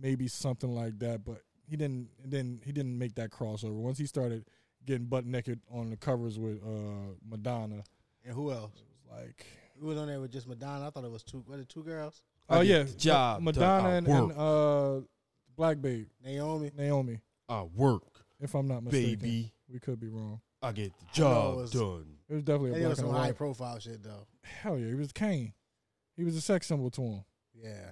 maybe something like that. But he didn't then he didn't make that crossover. Once he started getting butt naked on the covers with uh, Madonna,
And who else?
it's like
Who was on there with just Madonna? I thought it was two. What the two girls?
oh
I get
yeah,
the job
Ma-
done.
Madonna
I
and,
work.
and uh, Black Babe
Naomi.
Naomi.
I work,
If I'm not mistaken,
baby.
we could be wrong.
I get the
know it
job
was-
done.
It was definitely a
That
black
was
and
some
a
high
white.
profile shit though.
Hell yeah, he was Kane. He was a sex symbol to him.
Yeah.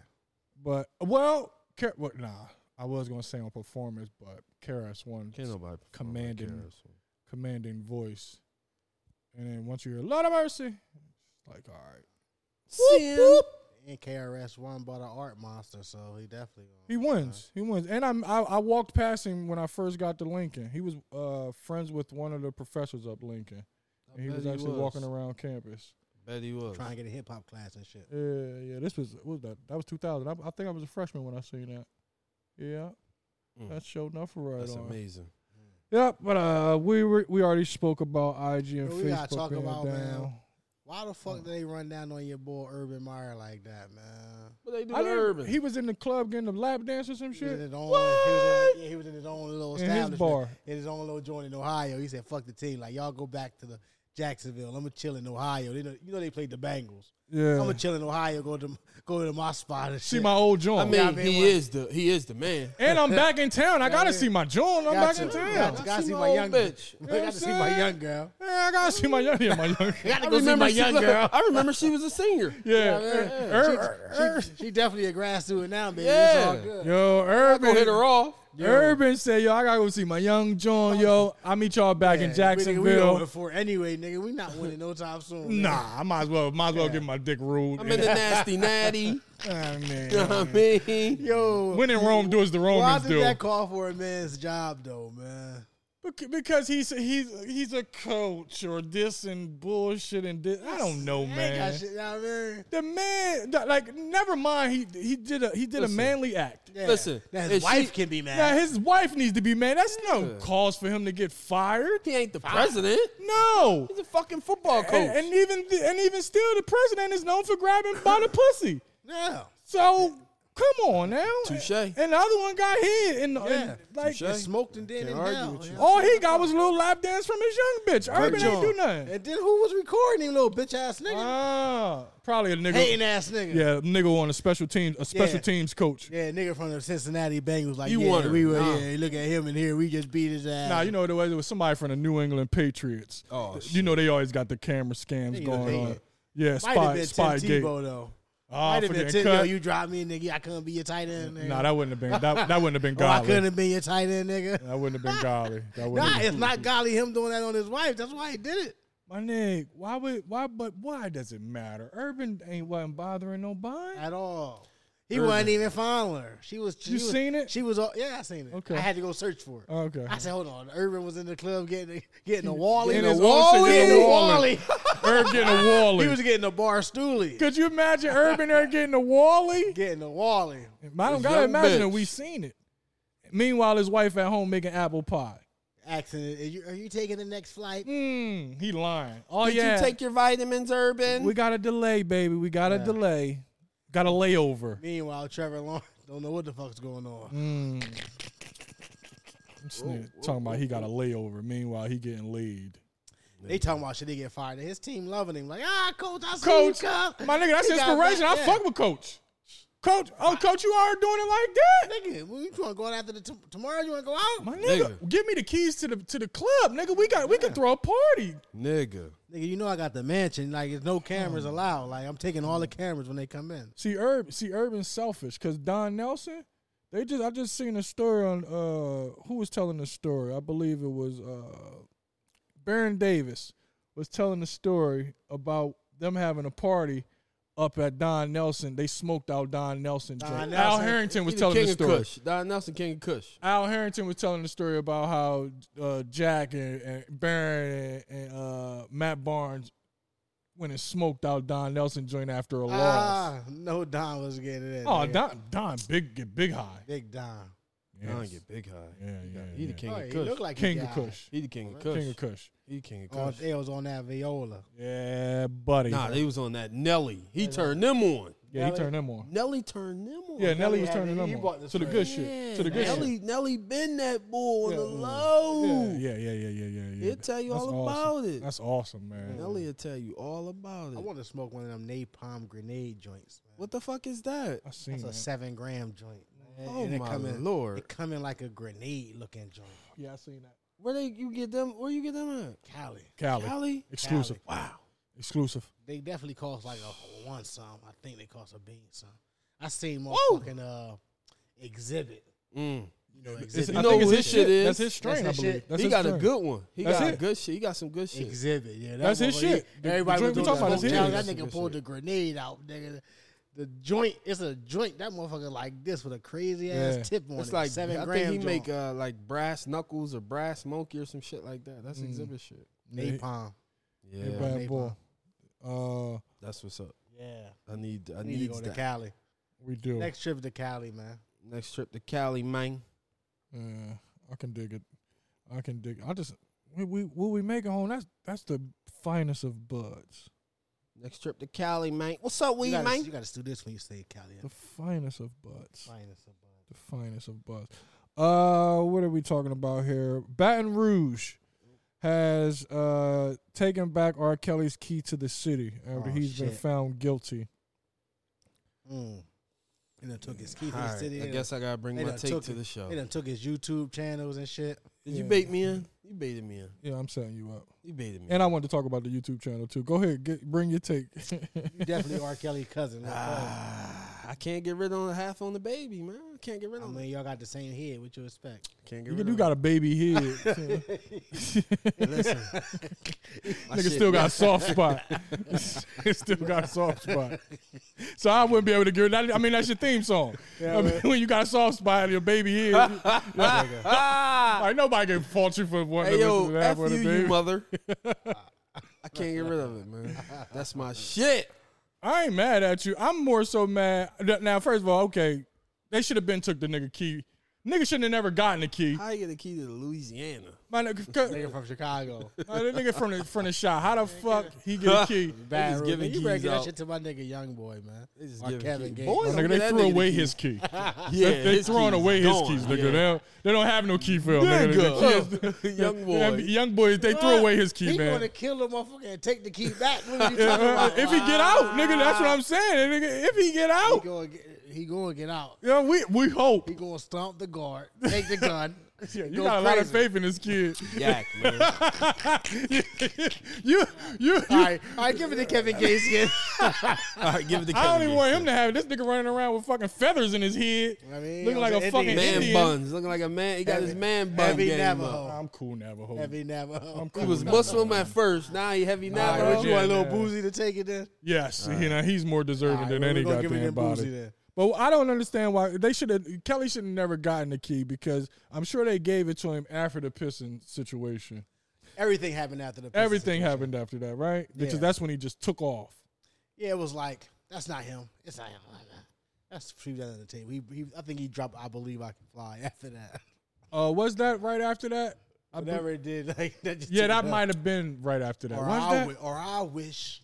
But well, Ker- well, nah, I was gonna say on performance, but Karis one
Can't nobody perform like
Commanding.
Kara's one.
commanding voice, and then once you hear "Lord of Mercy," it's like all right,
Sin.
And KRS One bought an art monster, so he definitely. gonna-
Oh,
he wins, he wins. And I'm, I I walked past him when I first got to Lincoln. He was uh friends with one of the professors up Lincoln,
I
and he
bet
was
he
actually
was.
walking around campus.
Bet he was.
Trying to get a hip hop class and shit.
Yeah, yeah. This was what was that that was 2000. I, I think I was a freshman when I seen that. Yeah,
Mm.
that showed enough right
That's
on.
amazing.
Yep, but uh, we were, we already spoke about IG and
What
Facebook.
we gotta talk
being
about, man?
down.
Why the
Hmm.
fuck did they run down on your boy Urban Meyer like that, man?
But they do
I
the
didn't-
urban.
He was in the club getting the lap dance or some
He was
shit.
in his own. He was in, yeah, he was in his own little
In his
establishment.
bar.
In his own little joint in Ohio. He said, "Fuck the team. Like y'all go back to the Jacksonville. I'm gonna chill in Ohio. They know, you know they played the Bengals.
Yeah,
I'm gonna chill in Ohio. Go to go to my spot and
see
shit.
my old
I
John.
mean,
Yeah, I mean,
he
what-
is the he is the man.
and I'm back in town. I gotta
yeah.
see my John. I'm
Got
back
to.
in town.
Got to,
Yeah,
gotta
see
see
my
my
old
young
bitch.
I
know
You
got
what
to
I'm
see my
saying?
young girl.
I gotta see my young. Yeah, my young.
I gotta go see my
she-
young girl.
I remember she was a singer.
Yeah, Er- Er- Er-
She, she definitely a grass dude now, baby. It's all
Yeah.
good.
yo,
Go hit her
Urban.
off.
Urban said, "Yo, I gotta go see my young John. Yo, I will meet y'all back in
Yeah, nigga, We
Jacksonville.
going for anyway, nigga. We not winning no time soon. nigga.
nah, I might as well, might as well get my dick ruled.
I'm in the nasty natty.
I
You know
mean,
what I mean?
Yo,
when in Rome, do as the Romans
Why did
do.
that call for a man's job though, man?
Bec- Because he's he's he's a coach or this and bullshit and this. I don't know,
Ain't
man.
got shit, you know what I mean?
The man, th- like, never mind. He he did a he did a
Listen.
manly act.
Yeah.
Listen,
Now
if
his
she-
wife can be
Now
mad.
his wife needs to be mad. That's no
Yeah.
cause for him to get fired.
He ain't the president.
No.
He's a fucking football coach.
And, and even th- and even still, the president is known for grabbing by the pussy.
Yeah.
So come on now.
Touche.
And the other one got hit. And, and,
Yeah.
like Oh,
Touche.
It's smoked and then
Can't
and
argue
down.
with you.
all he got was a little lap dance from his young bitch. Urban ain't do nothing.
And then who was recording him, little bitch ass nigga?
Ah, probably a nigga.
Oh. Hating ass nigga.
Yeah, nigga on a special team, a special
Yeah.
teams coach.
Yeah, nigga from the Cincinnati Bengals, like
You
yeah,
wonder.
we were
Nah.
yeah. Look at him and here, we just beat his ass.
Nah, you know what it was? It was somebody from the New England Patriots.
Oh,
you
shit.
know they always got the camera scams
They
going
know they-
on. Yeah,
might have
spy,
been
spy
Tim
gate.
Tebow though.
Oh,
Might
I
have been
forget.
ten.
Cut.
Yo, you dropped me, nigga. I couldn't be your tight end. Nigga.
nah, that wouldn't have been that, that wouldn't have been
oh, I
godly.
couldn't have been your tight end, nigga.
that wouldn't have been godly. That wouldn't
Nah,
have
it's
been.
not golly him doing that on his wife. That's why he did it.
My nigga, why would why but why does it matter? Urban ain't wasn't bothering nobody.
at all. He
Urban.
wasn't even fondling her. She was. She
You
was-
seen it?
She was. all- Yeah, I seen it.
Okay.
I had to go search for it.
Okay.
I said, hold on. Urban was in the club getting getting a Wally.
Getting his own shit,
Wally.
getting a Wally.
Wally.
Herb getting a
he
Wally.
was getting a bar stoolie.
Could you imagine Urban there getting a Wally?
Getting a Wally.
I don't gotta
young
imagine it.
bitch.
We seen it. Meanwhile, his wife at home making apple pie.
Accident. Are you, are you taking the next flight?
Mm, he lying. Oh
Did
yeah,
you take your vitamins, Urban?
we got a delay, baby. We got a delay. Got a layover.
Meanwhile, Trevor Lawrence don't know what the fuck's going on.
Mm. This nigga talking about he got a layover. Meanwhile, he getting laid.
They talking about should they get fired? His team loving him. Like, ah, coach, I see
Coach,
you, cuz."
my nigga, that's
He got
inspiration. I
back- yeah.
fuck with Coach. Coach, oh, Coach, you are doing it like that.
Nigga, well, you want to go out after the t- tomorrow? You want to go out?
My nigga,
Nigga.
give me the keys to the to the club, nigga. We got we can throw a party.
Nigga.
Nigga, you know I got the mansion. Like, there's no cameras
Oh.
allowed. Like, I'm taking all the cameras when they come in.
See, Urb, see, Urban's selfish because Don Nelson. They just, I just seen a story on uh, who was telling the story. I believe it was uh, Baron Davis was telling the story about them having a party up at Don Nelson. They smoked out Don Nelson.
Don
joint. Al
Nelson.
Harrington was
He the
telling
King
the
of
story.
Kush. Don Nelson, King of Kush.
Al Harrington was telling the story about how uh, Jack and, and Baron and, and uh, Matt Barnes went and smoked out Don Nelson joint after a loss.
Ah, no, Don was getting it.
Oh,
nigga.
Don, Don, big get big high.
Big Don.
Don
Yes.
get big high.
Yeah,
he, got-
yeah,
he the
yeah.
King
oh,
of
he
Kush.
looked like
King
a
of
guy.
Kush.
he the King of Kush.
King of Kush.
He the King of
Oh,
Kush.
they was on that viola.
Yeah, buddy.
Nah, they was on that Nelly. He turned them on.
yeah, he turned them on.
Nelly turned them on.
Yeah, Nelly was
had
turning
it.
them
He
on
bought
to
this
the
for
good
him.
shit. To the
Yeah,
good
Nelly,
shit.
Nelly been that bull
Yeah,
on the
mm.
low.
Yeah, yeah, yeah, yeah, yeah, yeah.
He'll tell you
That's
all
awesome.
about it.
That's awesome, man.
Nelly will tell you all about
I
it.
want to smoke one of them napalm grenade joints. Man.
What the fuck is that?
I seen
That's a
that.
seven gram joint. man.
Oh,
And it
my
come in-
Lord.
It come in like a grenade looking joint.
Yeah, I seen that.
Where they you get them? Where you get them
Cali.
at?
Cali.
Cali.
Exclusive.
Wow.
Exclusive.
They definitely cost like a one some. I think they cost a bean some. I seen more
Whoa.
fucking uh, exhibit.
Mm.
You know,
It's-
exhibit.
I
You
think
know
it's
what
his
his shit is?
That's his strain,
That's his
I believe.
shit.
That's
he
his
got a
strain.
good one. He
That's
got
it.
a good shit. He got some good shit.
Exhibit, yeah.
That's his
motherfucker,
shit.
he-
The-
everybody
the drink
was
we
doing
talking about
the
is his.
smoke. That
That's
nigga
his
pulled
shit.
the grenade out, nigga. The joint, it's a joint. That motherfucker like this with a crazy
Yeah.
ass tip on
It's
it.
like
seven
I
gram
think he
joint.
make uh, like brass knuckles or brass monkey or some shit like that. That's exhibit shit.
napalm.
Yeah,
Mm. Hey, bad
Napalm.
boy. Uh,
that's what's up.
Yeah,
I need I
I need to
need
go to
that.
Cali.
we do.
Next trip to Cali, man.
Next trip to Cali, man.
Yeah, Uh, I can dig it. I can dig. I just we we will we make it home. That's that's the finest of buds.
Next trip to Cali, man. What's up,
You
weed,
gotta, you
man?
gotta do this when you stay in Cali.
The finest of buds.
Finest of
The finest of buds. Uh, what are we talking about here? Baton Rouge has uh taken back R. Kelly's key to the city after
Oh,
he's been
shit.
found guilty.
Mm. And then took his key from the
Alright,
city.
I
They
guess I gotta bring
They
my
done
take
took
to
it.
the
done-
show.
they
Did
done took his YouTube channels and shit.
Yeah.
you bait me in? You baited me in.
Yeah, I'm setting you up.
You baited me.
And I wanted to talk about the YouTube channel too. Go ahead, get, bring your take.
You definitely R. Kelly cousin. little cousin.
Ah, I can't get rid on half on the baby, man. I can't get rid
I
on.
mean, y'all got the same head. What you expect?
Can't get
you
rid
do
of
got a baby head.
it. Listen, My
Nigga
shit-
still got a soft spot. still got a soft spot. So I wouldn't be able to get that. I mean, that's your theme song. I mean, when you got a soft spot and your baby is,
Ah!
like nobody can fault you for wanting
Hey
to listen
yo,
to that.
F
for the
you, you
baby.
mother. I can't get rid of it, man. That's my shit.
I ain't mad at you. I'm more so mad. Now, first of all, okay, they should have been took the nigga key. Nigga shouldn't have never gotten the key.
How you get a key to Louisiana?
My nigga,
Nigga from Chicago.
my nigga from the from the shop. How the fuck he get a key?
Bad
just
Ruben.
giving
you better
keys
give that
out.
shit to my nigga Young Boy, man.
They just
Or
give a
Kevin
key.
Gates.
Boys
My
don't
nigga,
give
they
that
threw
nigga the
away
key.
his key.
Yeah,
They throwing
key's
away his
gone.
keys, nigga.
Yeah.
They, don't, they don't have no key for him, nigga.
Nigga.
The kids-
Young boy.
Yeah, young boy, they threw away his key,
he
man.
gonna kill the motherfucker and take the key back. What are you
Yeah,
talking
uh,
about?
if he get out, nigga, that's what I'm saying. Nigga, if he get
He
out,
gonna get, he gonna get out.
yeah, we we hope.
He gonna stomp the guard, take the gun,
Yeah, you
Go
got a lot of
crazy.
faith in this kid.
Yak, man.
you, you, you,
All right, all right, give it to Kevin Gates again.
All right, give it to Kevin.
I don't even
Gates.
want him to have it. This nigga running around with fucking feathers in his head,
I mean,
looking like
I was
a
an
fucking
Indian.
Man
Indian.
buns, looking like a man. He got his man bun.
Heavy
game up.
Navajo.
I'm cool, Navajo.
Heavy Navajo.
I'm
I'm
cool.
cool.
He was Muslim at first. Now he heavy
All right,
Navajo.
what you want a
Yeah,
little
yeah.
boozy to take it then?
Yes, you know he's more deserving
All right,
than
well,
any
we gonna give it
goddamn
to Boosie
body.
then.
But I don't understand why they should have. Kelly should have never gotten the key because I'm sure they gave it to him after the Piston situation.
Everything happened after the. Pistons
Everything
situation.
happened after that, right? Because
Yeah.
that's when he just took off.
Yeah, it was like that's not him. It's not him. That's he was under the table. He, he, I think he dropped. I believe I can fly after that.
Uh, was that right after that? I be-
Whatever it did, like that. Just
yeah,
took
that
it up.
might have been right after that.
Or
Was
I,
that?
wi- or I wish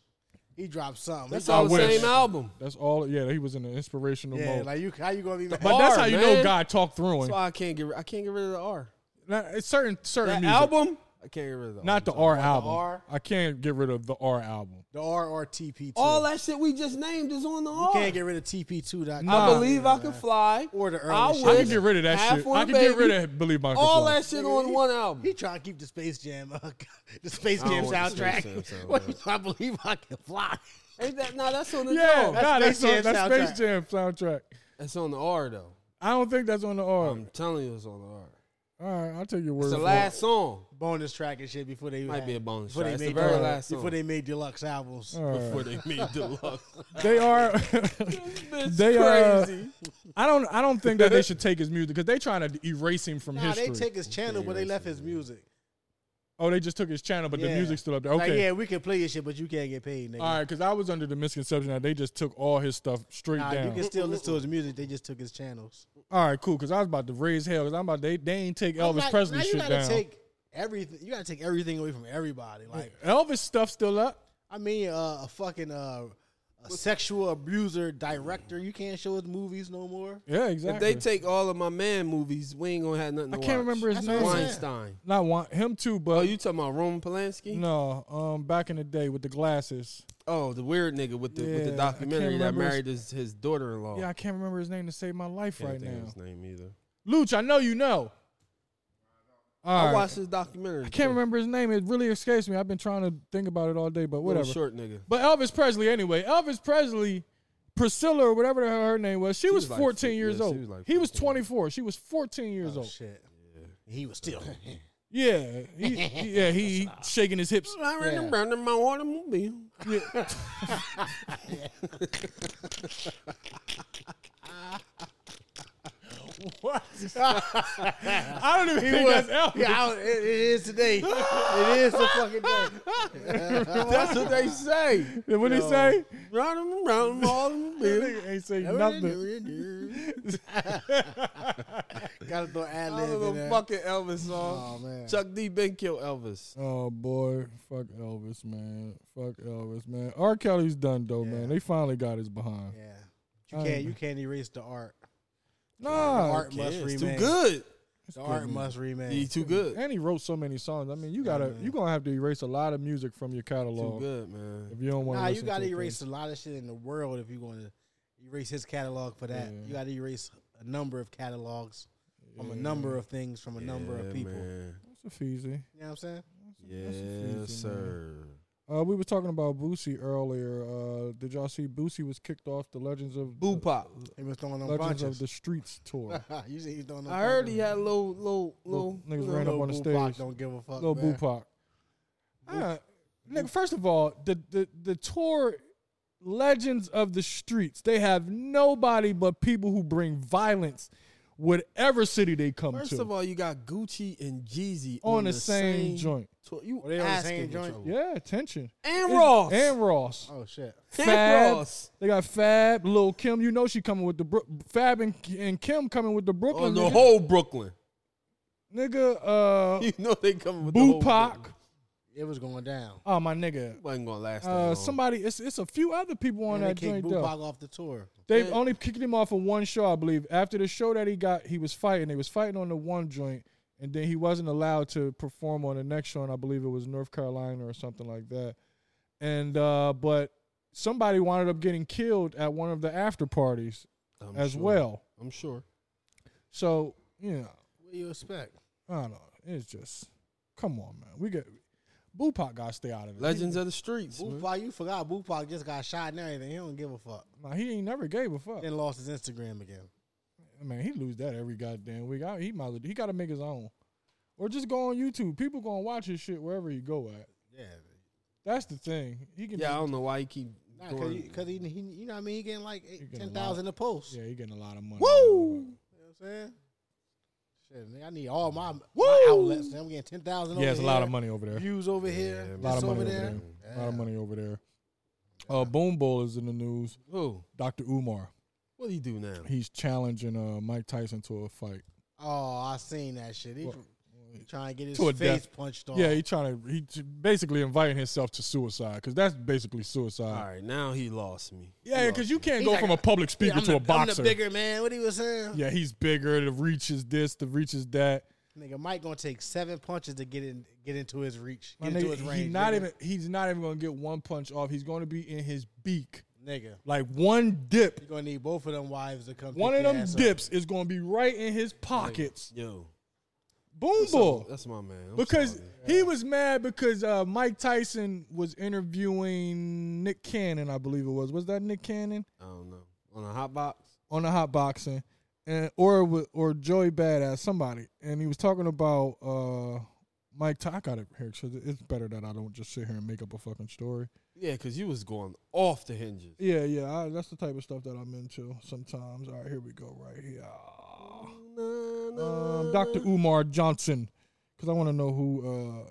he dropped something.
That's
He
I
all the
dropped-
wish.
same album.
That's all. Yeah, he was in an inspirational
Yeah,
mode.
like you, how you gonna be?
but that's
R,
how you know
man.
God talked through
That's
him.
why I can't get. ri- I can't get rid of the R.
Now, it's certain certain
That
music.
album. I can't get rid of the
not the
R.
R album.
R?
I can't get rid of the R album.
the RRTP.
All that shit we just named is on the
you
R.
can't get rid of TP2. Dot
Nah.
I believe I can fly.
Or the early
I
shit.
I
wish,
can get rid of that shit.
Halfway
I can get
Baby,
rid of Believe My
all
Control.
that shit on one album.
He trying to keep the Space Jam, uh, the Space
I don't
Jam
want the Space
soundtrack.
Jam sound,
What
yeah.
you- I believe I can fly.
Ain't that, nah, that's on the
Yeah,
dog.
nah, that's
Space
on-
Jam
that's
soundtrack.
Space Jam soundtrack.
That's on the R though.
I don't think that's on the R.
I'm telling you, it's on the R.
Um,
all right, I'll take your word.
It's the
for it.
last song.
Bonus track and shit before they
Might
had-
be a bonus
before
track.
They
It's
made
the very
del-
last song.
before they made deluxe albums.
All right.
Before they made deluxe.
They are. They are-
crazy.
I don't. I don't think that they should take his music because they trying to erase him from
Nah,
history.
they take his channel, but they left his music.
oh, they just took his channel, but the
Yeah.
music's still up there.
Like,
Okay,
yeah, we can play your shit, but you can't get paid, nigga.
all right. Because I was under the misconception that they just took all his stuff straight
Nah,
down.
you can still listen to his music. They just took his channels.
all right, cool. Because I was about to raise hell. Because I'm about they they ain't take Elvis
Like,
Presley
now you
shit
gotta
down.
take everything. You gotta take everything away from everybody. Like,
Elvis stuff still up.
I mean, uh, a fucking uh, a sexual abuser director. You can't show his movies no more.
Yeah,
If
exactly.
they take all of my man movies, we ain't gonna have nothing. To
I can't
watch.
remember his
That's
name.
what I'm saying.
Weinstein.
Not want him too, but
Oh, you talking about Roman Polanski?
no. Um, back in the day with the glasses.
Oh, the weird nigga with the with the
Yeah, I
documentary
can't
that
remember his-
married his, his daughter-in-law.
Yeah, I can't remember his name to save my life
Oh. can't
right
think of
now.
his name either.
Luch, I know you know. All
I
right.
watched his documentary.
I can't remember his name. It really escapes me. I've been trying to think about it all day, but
Whatever.
whatever.
Short nigga.
But Elvis Presley, anyway. Elvis Presley, Priscilla or whatever the hell her name was, she, was,
was like
14
fi-
years
yeah, she
old.
was like
he was
14.
24. She was 14 years
Oh
old.
shit. He was still.
Yeah. He, he- yeah, he shaking his hips.
I ran
Yeah.
around in my automobile.
What? I don't even think
was-
that's Elvis.
yeah, I- it- it is today. it is the fucking day.
That's what they say.
What did he say?
Running around in my automobile.
Nigga ain't say nothing.
Gotta throw ad
I
lib in
don't
there.
know fucking Elvis song.
Oh man.
Chuck D. Ben killed Elvis.
Oh boy, fuck Elvis, man. Fuck Elvis, man. R. Kelly's done though, man. They finally got his behind.
yeah. You can't.
Um,
You can't erase the art.
Nah,
art must
Yeah,
remain.
it's too good.
The art must remain.
He too good.
and he wrote so many songs. I mean, you gotta you gonna have to erase a lot of music from your
Too
catalog
good, man.
if you don't want.
Nah, you gotta erase a lot of shit in the world if you're going to erase his catalog for that. You gotta erase a number of catalogs from a number of things from a number of
Yeah,
people.
man.
It's a feezy.
You know what I'm saying?
Yes,
feezy,
sir.
Uh, we were talking about Boosie earlier. Uh, did y'all see Boosie was kicked off the Legends of
Boo pop.
He was throwing them
Legends of
bunches.
the Streets tour?
you see, he's throwing them
I heard
bunches.
he had low, low, low.
Niggas ran up on the
Lil Boopak
stage.
Don't give a fuck.
Little
man.
Boopak. Uh, nigga, first of all, the, the the tour legends of the streets. They have nobody but people who bring violence, whatever city they come
First
to,
of all, you got Gucci and Jeezy
on, the, same, joint.
tour. You
Were they on the
asking
same
for
joint?
trouble.
Yeah, attention.
And
It-
Ross.
And Ross.
Oh shit.
And
Fab.
Ross.
They got Fab, Lil Kim. You know she coming with the Bro- Fab and, and Kim coming with the
On
Brooklyn
the
nigga.
whole Brooklyn.
nigga. Uh,
You know they coming with the whole
Boopak.
Brooklyn.
It was going down.
Oh my nigga.
Wasn't gonna last. that
Uh,
long.
somebody. It's it's a few other people on
And they
that
kicked
joint though.
Boopak off the tour.
They
Yeah.
only kicked him off of one show, I believe. After the show that he got, he was fighting. They was fighting on the one joint, and then he wasn't allowed to perform on the next show, and I believe it was North Carolina or something like that. And uh, but somebody wound up getting killed at one of the after parties
I'm
as
sure.
well.
I'm sure.
So you know,
What do you expect?
I don't know. It's just, come on, man. We get Bupac got to stay out of it.
Legends of the streets. man.
Bupac, you forgot Bupac just got shot and everything. He don't give a fuck.
Nah, he ain't never gave a fuck.
Then lost his Instagram again.
I mean, he lose that every goddamn week. I, he might as well- he got to make his own, or just go on YouTube. People gonna watch his shit wherever you go at.
Yeah,
That's the thing. He can.
Yeah, I
just-
don't know why he keep
because
going.
he, 'cause he, he, you know what I mean. He getting like
He
eight,
getting a
ten thousand a post.
yeah, he getting a lot of money.
Woo!
You know what I'm saying? Shit, nigga, I need all my, my
Woo!
outlets. man. I'm getting ten thousand.
Yeah, it's a lot of money over there.
Views over here,
man.
A lot
this
of money
over
over
there.
there. A lot of money over there. Uh, Boom Bowl is in the news.
Who?
Dr. Umar,
What do you do now?
he's challenging uh, Mike Tyson to a fight.
Oh, I seen that shit. He
Well,
trying to get his
To a
face
death.
punched off.
Yeah, he trying to he j- basically inviting himself to suicide because that's basically suicide.
All right, now he lost me.
uh, Yeah, because you can't
He's
go
like
from
a-
a public
Yeah,
speaker
I'm
to
the,
a boxer.
I'm the bigger man. What he was saying?
Yeah, he's bigger. The reach is this. The reach is that.
Nigga, Mike gonna take seven punches to get in, get into his reach,
My
get into
nigga,
his
he
range.
not
nigga.
even. He's not even gonna get one punch off. He's gonna be in his beak,
nigga.
like one dip.
You gonna need both of them wives to come.
One
pick
of
your
them
ass up.
dips is gonna be right in his pockets.
Yo,
Boom,
that's,
boom.
that's my man. I'm
because
sorry.
he was mad because uh, Mike Tyson was interviewing Nick Cannon, I believe it was. Was that Nick Cannon
I don't know on a hot box.
on the hot boxing, and or it wa- or Joey Badass somebody, and he was talking about uh, Mike. Ty- I got it here 'cause it's better that I don't just sit here and make up a fucking story.
Yeah, because you was going off the hinges.
Yeah, yeah, I, that's the type of stuff that I'm into sometimes. All right, here we go, right here. Um, Dr. Umar Johnson, because I want to know who uh,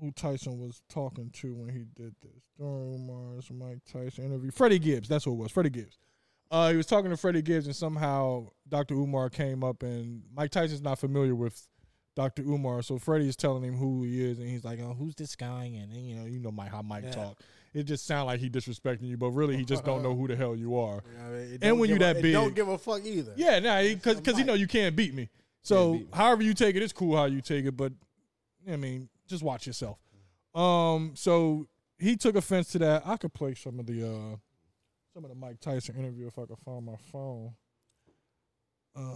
who Tyson was talking to when he did this. During Umar's Mike Tyson interview, Freddie Gibbs, that's who it was, Freddie Gibbs. Uh, he was talking to Freddie Gibbs, and somehow Dr. Umar came up, and Mike Tyson's not familiar with Dr. Umar, so Freddie is telling him who he is, and he's like, "Oh, who's this guy?" And, then, you know, you know my, how Mike talk. It just sound like he disrespecting you, but really he just don't know who the hell you are.
You know what I mean? It
And
don't
when you
give a-
that
it
big.
don't give a fuck either.
Yeah, nah, because because you know you can't beat me. So
Can't beat me.
however you take it, it's cool how you take it, but I mean, just watch yourself. Um, so he took offense to that. I could play some of the uh some of the Mike Tyson interview if I could find my phone.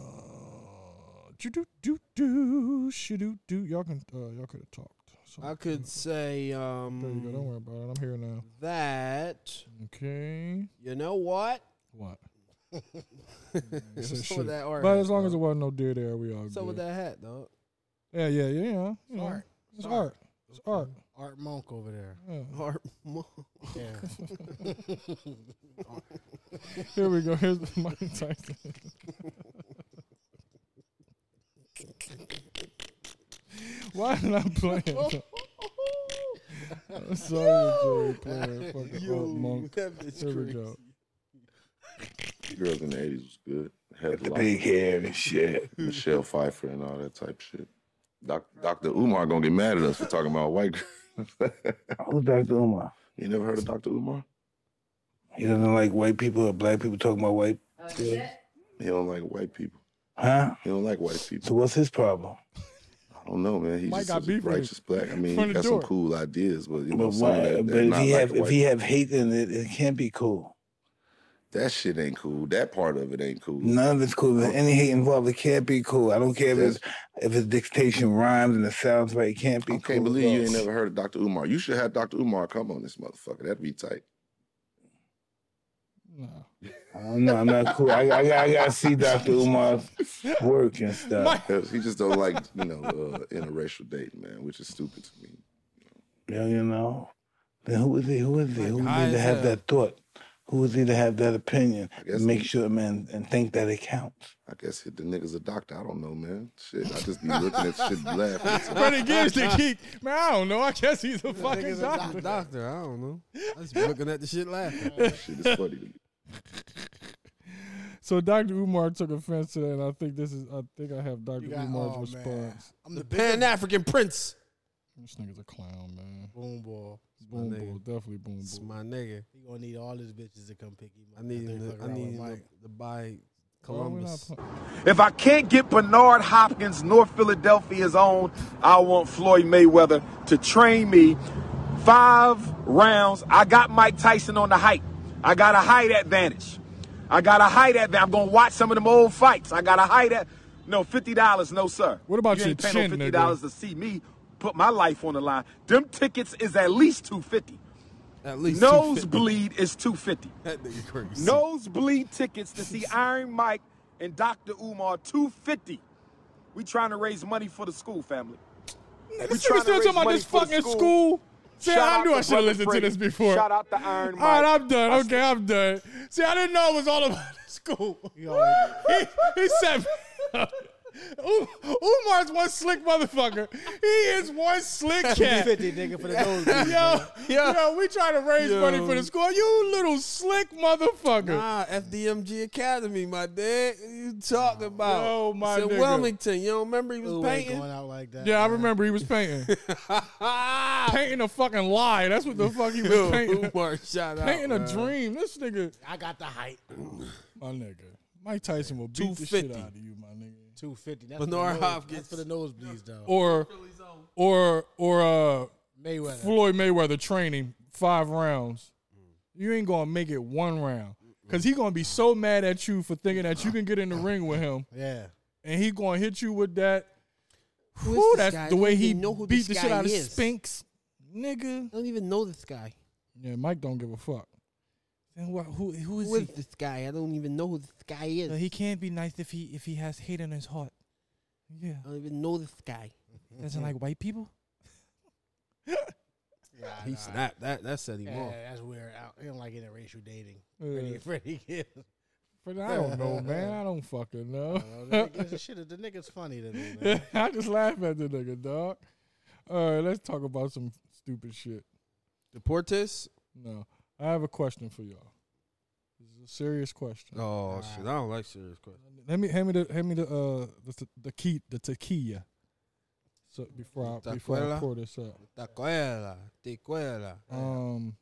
Uh, do do do do do do. Y'all can uh, y'all could have talked. So,
I could say um,
There you go. Don't worry about it. I'm here now.
that
Okay.
you know what.
What?
so
Said
with
shit.
that
But as long as
dog.
there wasn't no deer there, we all
so with
good.
that hat, dog.
Yeah, yeah, yeah. You know, you know.
Art.
It's
Art.
art. It's art.
Art Monk over there.
Yeah.
Heart mo-
Yeah.
Here we go. Here's the Mike Tyson. Why did I play it? I'm sorry, Jerry Player. Fucking Art Monk.
that bitch
Here we
crazy.
go.
girls in the 80s was good. Had
the
a lot
big hair and shit.
Michelle Pfeiffer and all that type shit. Doc, Dr. Umar gonna get mad at us for talking about white girls.
Who's Dr. Umar?
you never heard of Dr. Umar?
He doesn't like white people or black people talking about white.
He don't like white people.
Huh?
He don't like white
So
people.
what's his problem?
I don't know, man. He
Mike
just
got
is
beef
a
with
righteous black. I mean,
From
he
the
got some
door.
cool ideas, but you know,
but
some of
why-
that,
but
that
if
not
he
like
have
the
if
white
he have hate in it, it can't be cool.
That shit ain't cool. That part of it ain't cool.
None of it's cool. If there's any hate involved, it can't be cool. I don't care if it's if it's dictation rhymes and it sounds right. It can't be
I
cool.
can't believe you ain't
at all.
never heard of Dr. Umar. You should have Dr. Umar come on this motherfucker. That'd be tight.
No.
I don't know. I'm not cool. I, I, I gotta see Dr. Umar's work and stuff.
Mike-
He just don't like, you know, uh, interracial dating, man, which is stupid to me.
Yeah, you know. Then who is he? Who is he? Who is
Like,
he to
I
have
have-
that thought? Who is he to have that opinion?
guess
Make
he-
sure, man, and think that it counts.
I guess hit the nigga's a doctor. I don't know, man. Shit, I just be looking at shit and laughing.
Freddie Gibbs, the geek. Man, I don't know. I guess he's a fucking doctor.
Doctor, doctor, I don't know. I just be looking at the shit laughing.
Shit is funny to me.
So Dr. Umar took offense to that, and I think this is. I think I have Dr.
You got-
Umar's
oh,
response.
man. I'm the big
Pan African Prince.
This nigga's a clown, man.
boom boy.
Boom,
nigga.
boom, definitely boom,
It's
boom.
my nigga.
He gonna need all his bitches to come pick him.
I
up.
need
think
him
fuck
to, I
around with
need him to,
Mike.
to buy
Why we not
Columbus.
play-
If I can't get Bernard Hopkins, North Philadelphia's own, I want Floyd Mayweather to train me five rounds. I got Mike Tyson on the height. I got a height advantage. I got a height advantage. I'm going to watch some of them old fights. I got a height. Ad- No, fifty dollars, no sir.
What about
you ain't
your chin,
paying no
nigga?
fifty dollars to see me put my life on the line? Them tickets is at least two fifty.
At least
Nosebleed is two fifty.
250. That nigga crazy.
Nosebleed tickets to see Iron Mike and Dr. Umar, two fifty. We trying to raise money for the school family. We
This nigga still talking about this fucking school. See, I knew I should have listened to this before.
Shout out to Iron Mike.
All right, I'm done. Okay, I'm done. See, I didn't know it was all about the school. he, he said, Um- Umar's one slick motherfucker. He is one slick cat.
50 nigga for the nose.
Yo, yo, we trying to raise money for the school. You little slick motherfucker.
Nah, FDMG Academy, my dad. What you talking about?
Yo, my
it's in
nigga.
Wilmington. You don't remember he was
Ooh, ain't
painting?
going out like that.
Yeah, I remember he was painting.
Ah,
painting a fucking lie. That's what the fuck he was painting.
Umar, shout out.
Painting a
man.
dream. This nigga,
I got the height.
my nigga. Mike Tyson will beat the shit
250.
out of you, my nigga.
250. That's
But
for the
Nora
nose-
Hopkins-
That's for the nosebleeds, though.
Or, or, or, uh,
Mayweather.
Floyd Mayweather training five rounds. You ain't gonna make it one round because he gonna be so mad at you for thinking that you can get in the ring with him,
yeah.
and he gonna hit you with that.
is
Whew,
this
that's
guy? I
the
don't
way
even
he
know who
beat
this
the shit
guy
out
is.
of Spinks, nigga.
I don't even know this guy.
Yeah, Mike don't give a fuck. And what? Who? Who is
Who is
he?
this guy? I don't even know who this guy is.
Uh, he can't be nice if he if he has hate in his heart. Yeah,
I don't even know this guy.
doesn't like white people.
He snapped. That that set him
Yeah,
off.
that's weird. I, I don't like interracial dating.
Yeah.
Freddie, Freddie gives.
But I don't know, man. I don't fucking know.
Oh, that nigga- shit, the nigga's funny to me, man.
I just laugh at the nigga, dog. All right, let's talk about some stupid shit.
Deportes?
No, I have a question for y'all. This is a serious question.
Oh shit! I don't like serious questions.
Let me hand me the hand me the uh the te- the key the tequila. So before I before I
Tequila?
pour this up,
Tacuela, tequila.
um,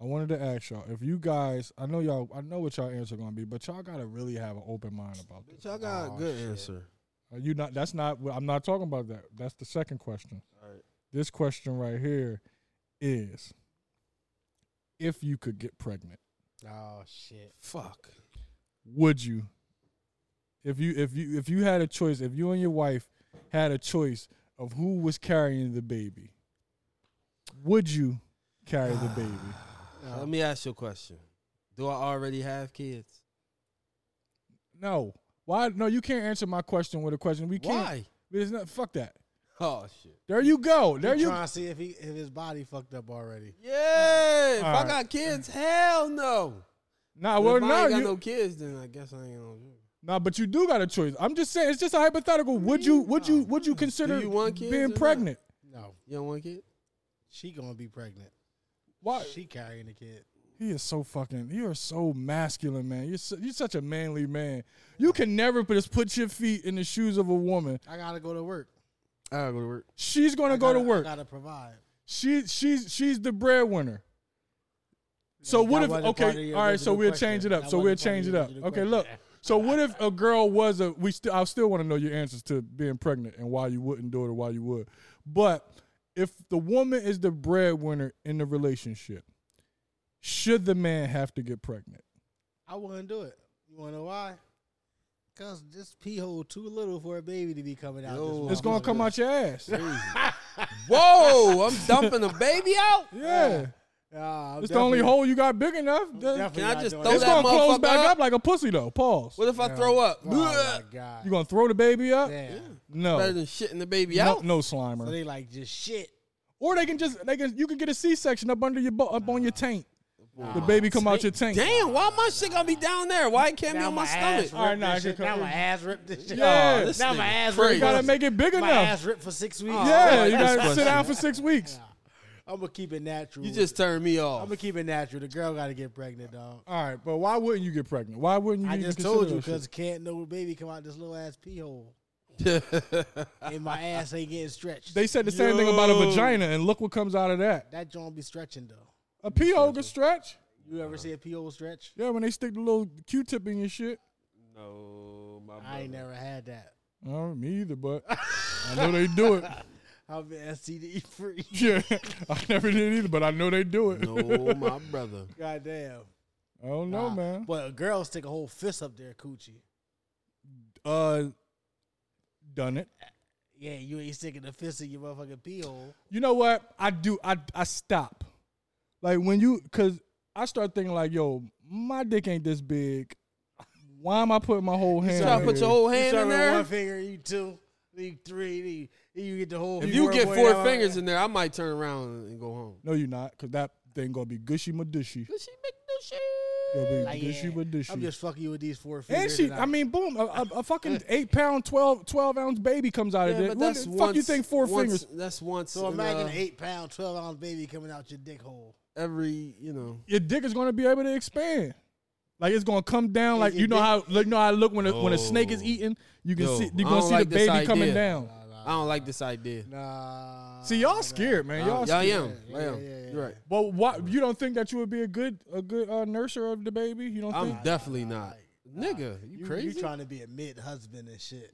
I wanted to ask y'all if you guys. I know y'all. I know what y'all answer gonna be, but y'all gotta really have an open mind about this.
Y'all got a good answer.
Are Uh, you not? That's not. what- I'm not talking about that. That's the second question. This question right here is, if you could get pregnant,
Oh, shit.
Fuck.
would you? If you if you if you had a choice, if you and your wife had a choice of who was carrying the baby, would you carry the baby?
Let me ask you a question. Do I already have kids?
No. Why? No, you can't answer my question with a question. We can't.
Why?
It's not. Fuck that.
Oh shit.
There you go. There
Are you
you.
trying to see if he if his body fucked up already?
Yeah. If
All
I
right.
got kids, hell no.
Nah,
But
well,
if I
no,
ain't got
you,
no kids, then I guess I ain't gonna do. it.
Nah, but you do got a choice. I'm just saying, it's just a hypothetical. Would you? Would you? Would you consider
you want kids or
being
not?
pregnant?
No,
You don't want kids?
she gonna be pregnant.
Why?
She carrying the kid.
He is so fucking. You are so masculine, man. You're su- you're such a manly man. You can never just put your feet in the shoes of a woman.
I gotta go to work.
I gotta go to work.
She's gonna
I
go to
gotta-
work.
I gotta provide.
She she's she's the breadwinner. So
That
what if
wasn't part of
okay
your
all right so
original
we'll
question.
change it up
That
so we'll
wasn't part of
change it
your
up
original
okay
question.
look so what if a girl was a we still I still want to know your answers to being pregnant and why you wouldn't do it or why you would but if the woman is the breadwinner in the relationship should the man have to get pregnant
I wouldn't do it. You wanna know why? Cause this pee hole too little for a baby to be coming out.
Yo.
this
it's gonna
motherfucker.
come out your ass
Whoa! I'm dumping a baby out.
yeah
Nah, I'm
it's the only
definitely-
hole you got big enough
definitely
Can I
not
just
doing
throw
that.
it's
that
gonna close
motherfucker
back
up?
up like a pussy though pause
What if I throw up?
Oh
Blech.
my god!
you gonna throw the baby up
Damn.
no
Better than shitting the baby
no,
out.
no slimer
So they like just shit.
Or they can just they can you can get a C section up under your bu- up on your tank. The baby come out your tank.
Damn, why my shit gonna be down there? Why it can't be
Now
on my,
my
stomach?
ass
All right,
ripped
nah, I
this shit.
can
Now
come-
my ass ripped this shit.
Yeah.
this
Now my
nigga
ass
crazy.
ripped.
You gotta make it big
My
enough.
ass ripped for six weeks.
yeah,
like
you
this
gotta sit
question.
down for six weeks.
I'm gonna keep it natural.
You just turned me off.
I'm gonna keep it natural. The girl gotta get pregnant, dog.
All right, but why wouldn't you get pregnant? Why wouldn't you?
I
even
just
consider
told you
those shit?
because can't no baby come out this little ass pee hole, and my ass ain't getting stretched.
they said the same thing about a vagina, and look what comes out of that.
that joint be stretching though.
A PO can stretch.
You
Uh-huh.
ever see a pee hole stretch?
Yeah, when they stick the little Q-tip in your shit.
No, my
I ain't never had that.
Oh, me either, but I know they do it.
I've been STD free.
Yeah, I never did either, but I know they do it.
No, my brother.
Goddamn.
I don't know,
Nah,
man.
But a girl stick a whole fist up there, coochie.
Uh, done it.
Yeah, you ain't sticking the fist in your motherfucking pee hole.
You know what? I do. I I stop. Like when you, cause I start thinking like, yo, my dick ain't this big. Why am I putting my whole hand?
start
in
put
here?
whole
you start with one finger, you two, you three, then you, then you get the whole.
If you get
boy
four
down.
fingers in there, I might turn around and go home.
No, you not, cause that thing gonna be gushy madushy.
She make no shit.
Gonna be
Like,
gushy
yeah,
madushy.
I'm just fucking you with these four fingers.
and she, I mean, boom, a, a, a fucking eight pound, 12, 12 ounce baby comes out of
Yeah,
there.
but
What the fuck you think four
once-
fingers?
That's once.
so
in,
imagine
uh,
an eight pound, twelve ounce baby coming out your dick hole.
every you know.
Your dick is gonna be able to expand. Like it's gonna come down. Like
your
you know
dick-
how like, you know how I look when a, when a snake is
Oh.
eating. You can
Yo,
see you're
I
gonna
don't
see
like
the
this
baby coming
idea.
down.
I don't like this idea.
Nah.
See, y'all scared, man. Y'all, scared.
Y'all, am.
yeah,
I am.
yeah, yeah,
You're right.
But what you don't think that you would be a good a good uh, nurser of the baby? You don't
I'm
think?
definitely not. Nigga, you,
You,
crazy?
you trying to be a mid husband and shit.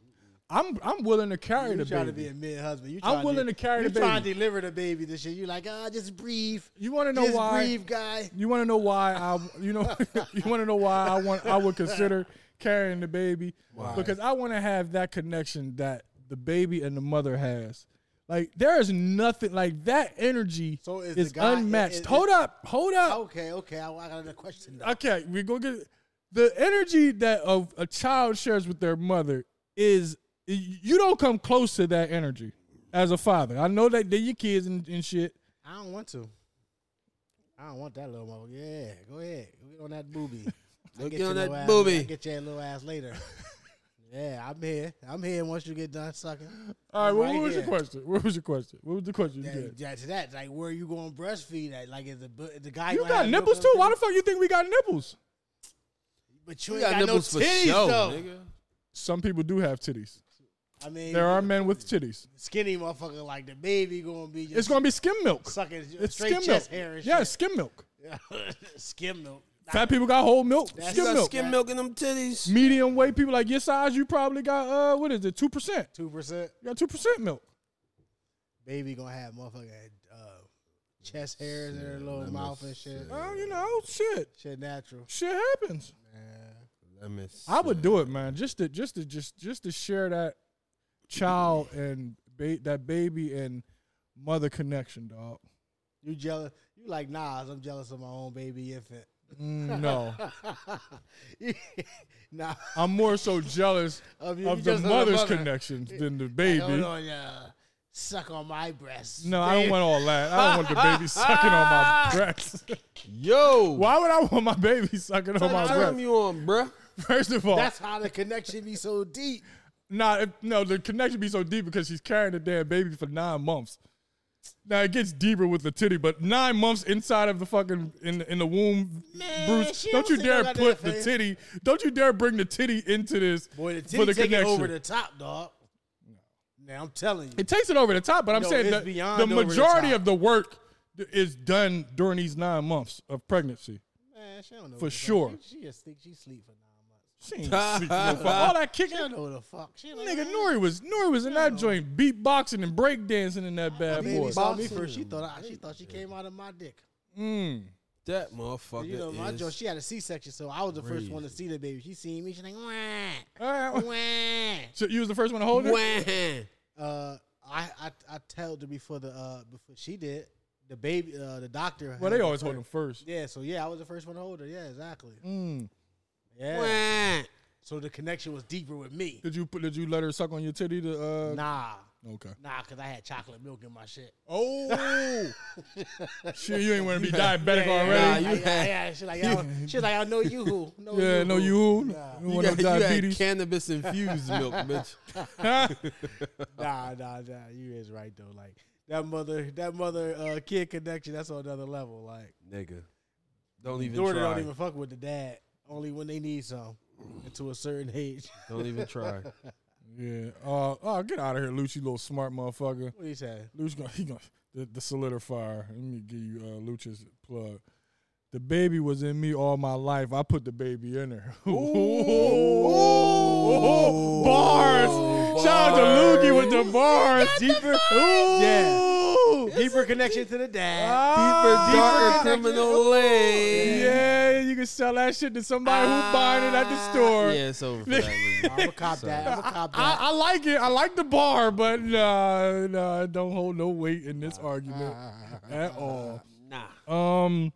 I'm I'm willing to carry
You
the
trying
baby.
to be a mid husband. You
I'm
trying
willing to carry
you
the
trying to deliver the baby. This shit. You like ah, just breathe.
you want to know
just
why?
breathe, guy.
You want to know why I you know you want to know why I want I would consider carrying the baby because I want to have that connection that the baby and the mother has. Like there is nothing like that energy
So is the
is
guy-
unmatched.
is-
hold up, hold up.
Okay, okay. I, I got another question. Though.
okay, we go get the energy that a, a child shares with their mother is you don't come close to that energy as a father. I know that they're your kids and, and shit.
I don't want to. I don't want that little mother. Yeah, go ahead. Go get on that booby. I'll
Go
get
get
your
on that
little ass-
booby.
I'll get your little ass later. yeah, I'm here. I'm here once you get done sucking.
All right,
I'm
what,
right
what was your
here.
question? What was your question? What was the question? you
That,
had?
that- to that, like, where you going to breastfeed at? Like, is the bu- the guy
You
gonna
got
have
nipples
milk
too?
on
Why the
his-
fuck you think we got nipples?
But you
You
ain't got,
nipples
no
for
titties
show,
though.
nigga.
Some people do have titties.
I mean,
There are men with titties.
skinny motfucker like the baby going to be just
It's gonna be skim milk.
sucking
It's
straight
skim
chest
milk.
hair and
Yeah, skim milk.
shit. skim milk.
Fat people got whole milk.
That's-
You
Skim
got
milk.
skim milk in them titties.
Medium weight people like your size, you probably got uh what is it? Two percent.
Two percent.
You got two percent milk.
baby gonna have motherfucking uh, chest hairs in her little mouth and shit.
Well, you know, shit.
Shit natural.
Shit happens.
Let me
I would do it, man. Just to just to just just to share that child and ba- that baby and mother connection, dog.
You jealous? You like Nas? I'm jealous of my own baby infant.
Mm, no,
nah,
I'm more so jealous
Of
of,
you- you
the
just of the
mother's
mother.
connections than the
hold
baby.
on, uh, suck on my breast.
No, I don't want all that. I don't want the baby sucking on my breasts.
Yo,
Why would I want my baby sucking on my
what time
breasts?
you on, bruh?
First of all,
That's how the connection be so deep.
Nah, if, no, the connection be so deep because she's carrying the damn baby for nine months. Now it gets deeper with the titty, but nine months inside of the fucking in the, in the womb, Bruce.
she
Don't
don't
you
see
dare
no
put
goddamn
the
thing.
titty. Don't you dare bring the titty into this
Boy, the
for
titty
the
take it
connection.
over the top, dog. Now I'm telling you,
it takes it over the top, but I'm
No,
saying
it's
the,
beyond
the
over the
majority
top.
of the work th- is done during these nine months of pregnancy.
man, she don't know
For
what the fuck.
sure.
She, she just think she sleep for nine months.
She ain't sleep for no- for all that
She don't
kicking.
know what the fuck. She like,
Nigga,
"Ah,
Nori was Nori was in that joint beatboxing and breakdancing in that bad
Baby
boy.
saw me first. She thought I, she thought she came out of my dick.
Mm.
That motherfucker.
You know, my
is-
Joe, she had a C section, so I was the first one to see the baby. She seen me, she like, wah,
All right.
wah.
So you was the first one to hold it.
Uh, I, I, I told her before the uh before she did the baby uh the doctor.
Well,
held
they
her
always hold them
first.
first.
Yeah, so yeah, I was the first one to hold her. Yeah, exactly.
Mm.
Yeah. So the connection was deeper with me.
Did you put? Did you let her suck on your titty? To, uh,
Nah,
Okay.
nah, cause I had chocolate milk in my shit.
Oh, shit! You ain't want to be diabetic
Yeah,
already.
Yeah,
Nah, you
yeah,
had-
yeah. She like, I, she like, I know you who. Know
yeah,
you
no,
who.
you who? You want
You got,
no
you had
diabetes?
cannabis infused milk, bitch.
nah, nah, nah. You is right though. Like that mother, that mother uh, kid connection. That's on another level. Like
Nigga, don't even
daughter
try.
don't even fuck with the dad. Only when they need some. To a certain age.
Don't even try.
Yeah. Uh, oh, get out of here, Luch, you little smart motherfucker.
what you say?
Luch gonna he gonna the, the solidifier. Let me give you uh, Lucha's plug. The baby was in me all my life. I put the baby in her. Ooh, bars. Shout out to Lukey with the bars. Deeper. Ooh.
Yeah.
dude.
Deeper connection to the dad.
Ah,
darker
deeper connection.
criminal lane.
Yeah, you can sell that shit to somebody who's buying it at the store.
Yeah, it's over. For that nigga.
I'm a cop that. I'm a cop
I,
that.
I like it. I like the bar, but nah, nah, it don't hold no weight in this argument at all.
Nah.
Um,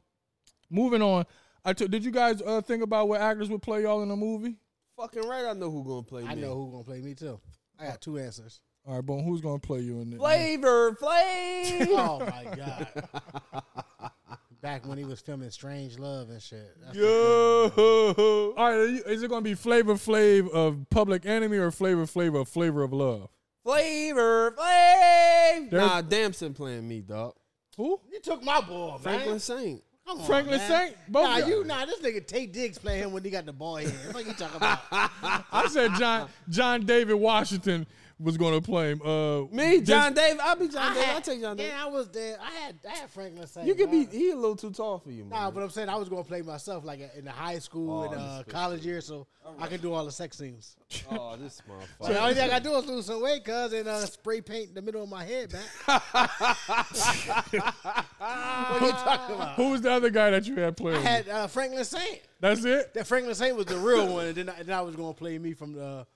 moving on. I took. Did you guys uh, think about what actors would play y'all in a movie?
Fucking right, I know who gonna play
I
me.
know who gonna play me too. I got two answers.
All right, Bone, who's gonna play you in it?
Flavor Flav.
Oh my god. Back when he was filming Strange Love and shit. That's
Yo. All right, are you- is it gonna be Flavor Flav of Public Enemy or Flavor Flavor of Flavor of Love?
Flavor Flav.
There's-
Nah, Damson playing me, dog.
Who?
You took my ball,
Franklin
man.
Saint.
Come on,
Franklin
man.
Saint? Both
nah,
y'all.
you nah. This nigga Tate Diggs playing him when he got the ball here. What you talking about?
I said John John David Washington was gonna play him. Uh,
Me,
this-
John Dave. I'll be John
I
Dave.
had-
I'll take John Dave.
Yeah, I was there. I had I had Franklin Saint.
You could be.
man.
He a little too tall for you, man.
Nah, but I'm saying I was gonna play myself like in the high school and uh, college year, so I could do all the sex scenes.
oh, this
So the
motherfucker.
only thing I gotta do is lose some weight, cuz, and uh, spray paint the middle of my head, man. what are you talking about?
Who was the other guy that you had
I
playing?
had uh, Franklin Saint.
That's it.
That Franklin Saint was the real one, and then I, then I was gonna play me from the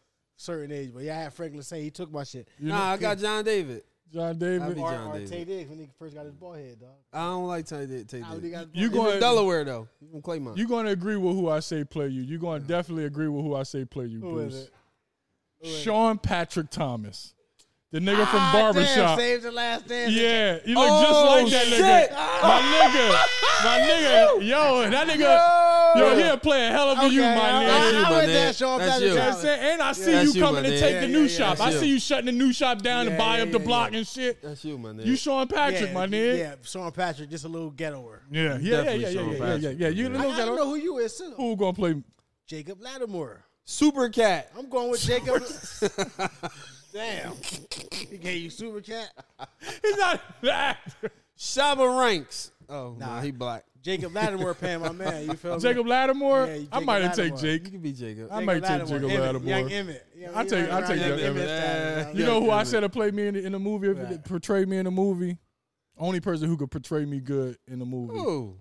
certain age. But yeah, I had Franklin Saint. He took my shit.
Nah, I got John David.
John
I'll
David.
be
Or,
John
or
David.
Tay Diggs when he first got his ball head, dog.
I don't like Tay David. Tay
Nah, when he
David.
got his
You
ball
going-
head.
From Delaware though. He from Claymont.
You're going to agree with who I say play you. You're going to definitely agree with who I say play you,
Who is
Bruce.
it?
Sean Patrick Thomas, the nigga from
Ah, Damn,
Barbershop.
saved the last dance.
yeah, you look
Oh,
just like that
shit.
nigga. My nigga, my nigga, yo, that nigga, yo, he'll play a hell of a you,
Okay,
my
all
nigga.
right.
That's you,
I
my
went
nigga.
there, Sean
That's
Patrick
you.
You know what
Thomas.
I'm saying? And I see
Yeah,
you
that's you,
coming
my
to
nigga.
take
Yeah,
the
yeah,
new
yeah,
shop. I
that's
see
you.
you shutting the new shop down and
Yeah,
buying up
yeah,
the
yeah,
block and shit.
That's you, my nigga.
You Sean Patrick, my nigga.
Yeah, Sean Patrick, just a little ghettoer.
Yeah, yeah, yeah,
Definitely
yeah, yeah,
Sean
yeah, yeah,
Patrick.
yeah, yeah. You
I,
look
I
at
don't know
who
who you is, too.
who gonna play
Jacob Lattimore.
Super Cat.
I'm going with Jacob. Damn. He gave you Super Cat.
He's not an actor.
Shaba Ranks. Oh, nah,
Nah.
he black.
Jacob Lattimore paying my man. You feel me?
Jacob Lattimore.
Yeah,
I
Jacob
might have take
Lattimore.
Jake.
You could be Jacob.
I might take Jacob
Emmett,
Lattimore.
Young Emmett. Yeah,
I
he
take-
running
I take
around
Young
Emmett's
Emmett.
time,
You
dog.
know who I
Emmett.
said to play me in the, in the movie? If it
Right.
portrayed me in the movie, only person who could portray me good in the movie,
Ooh.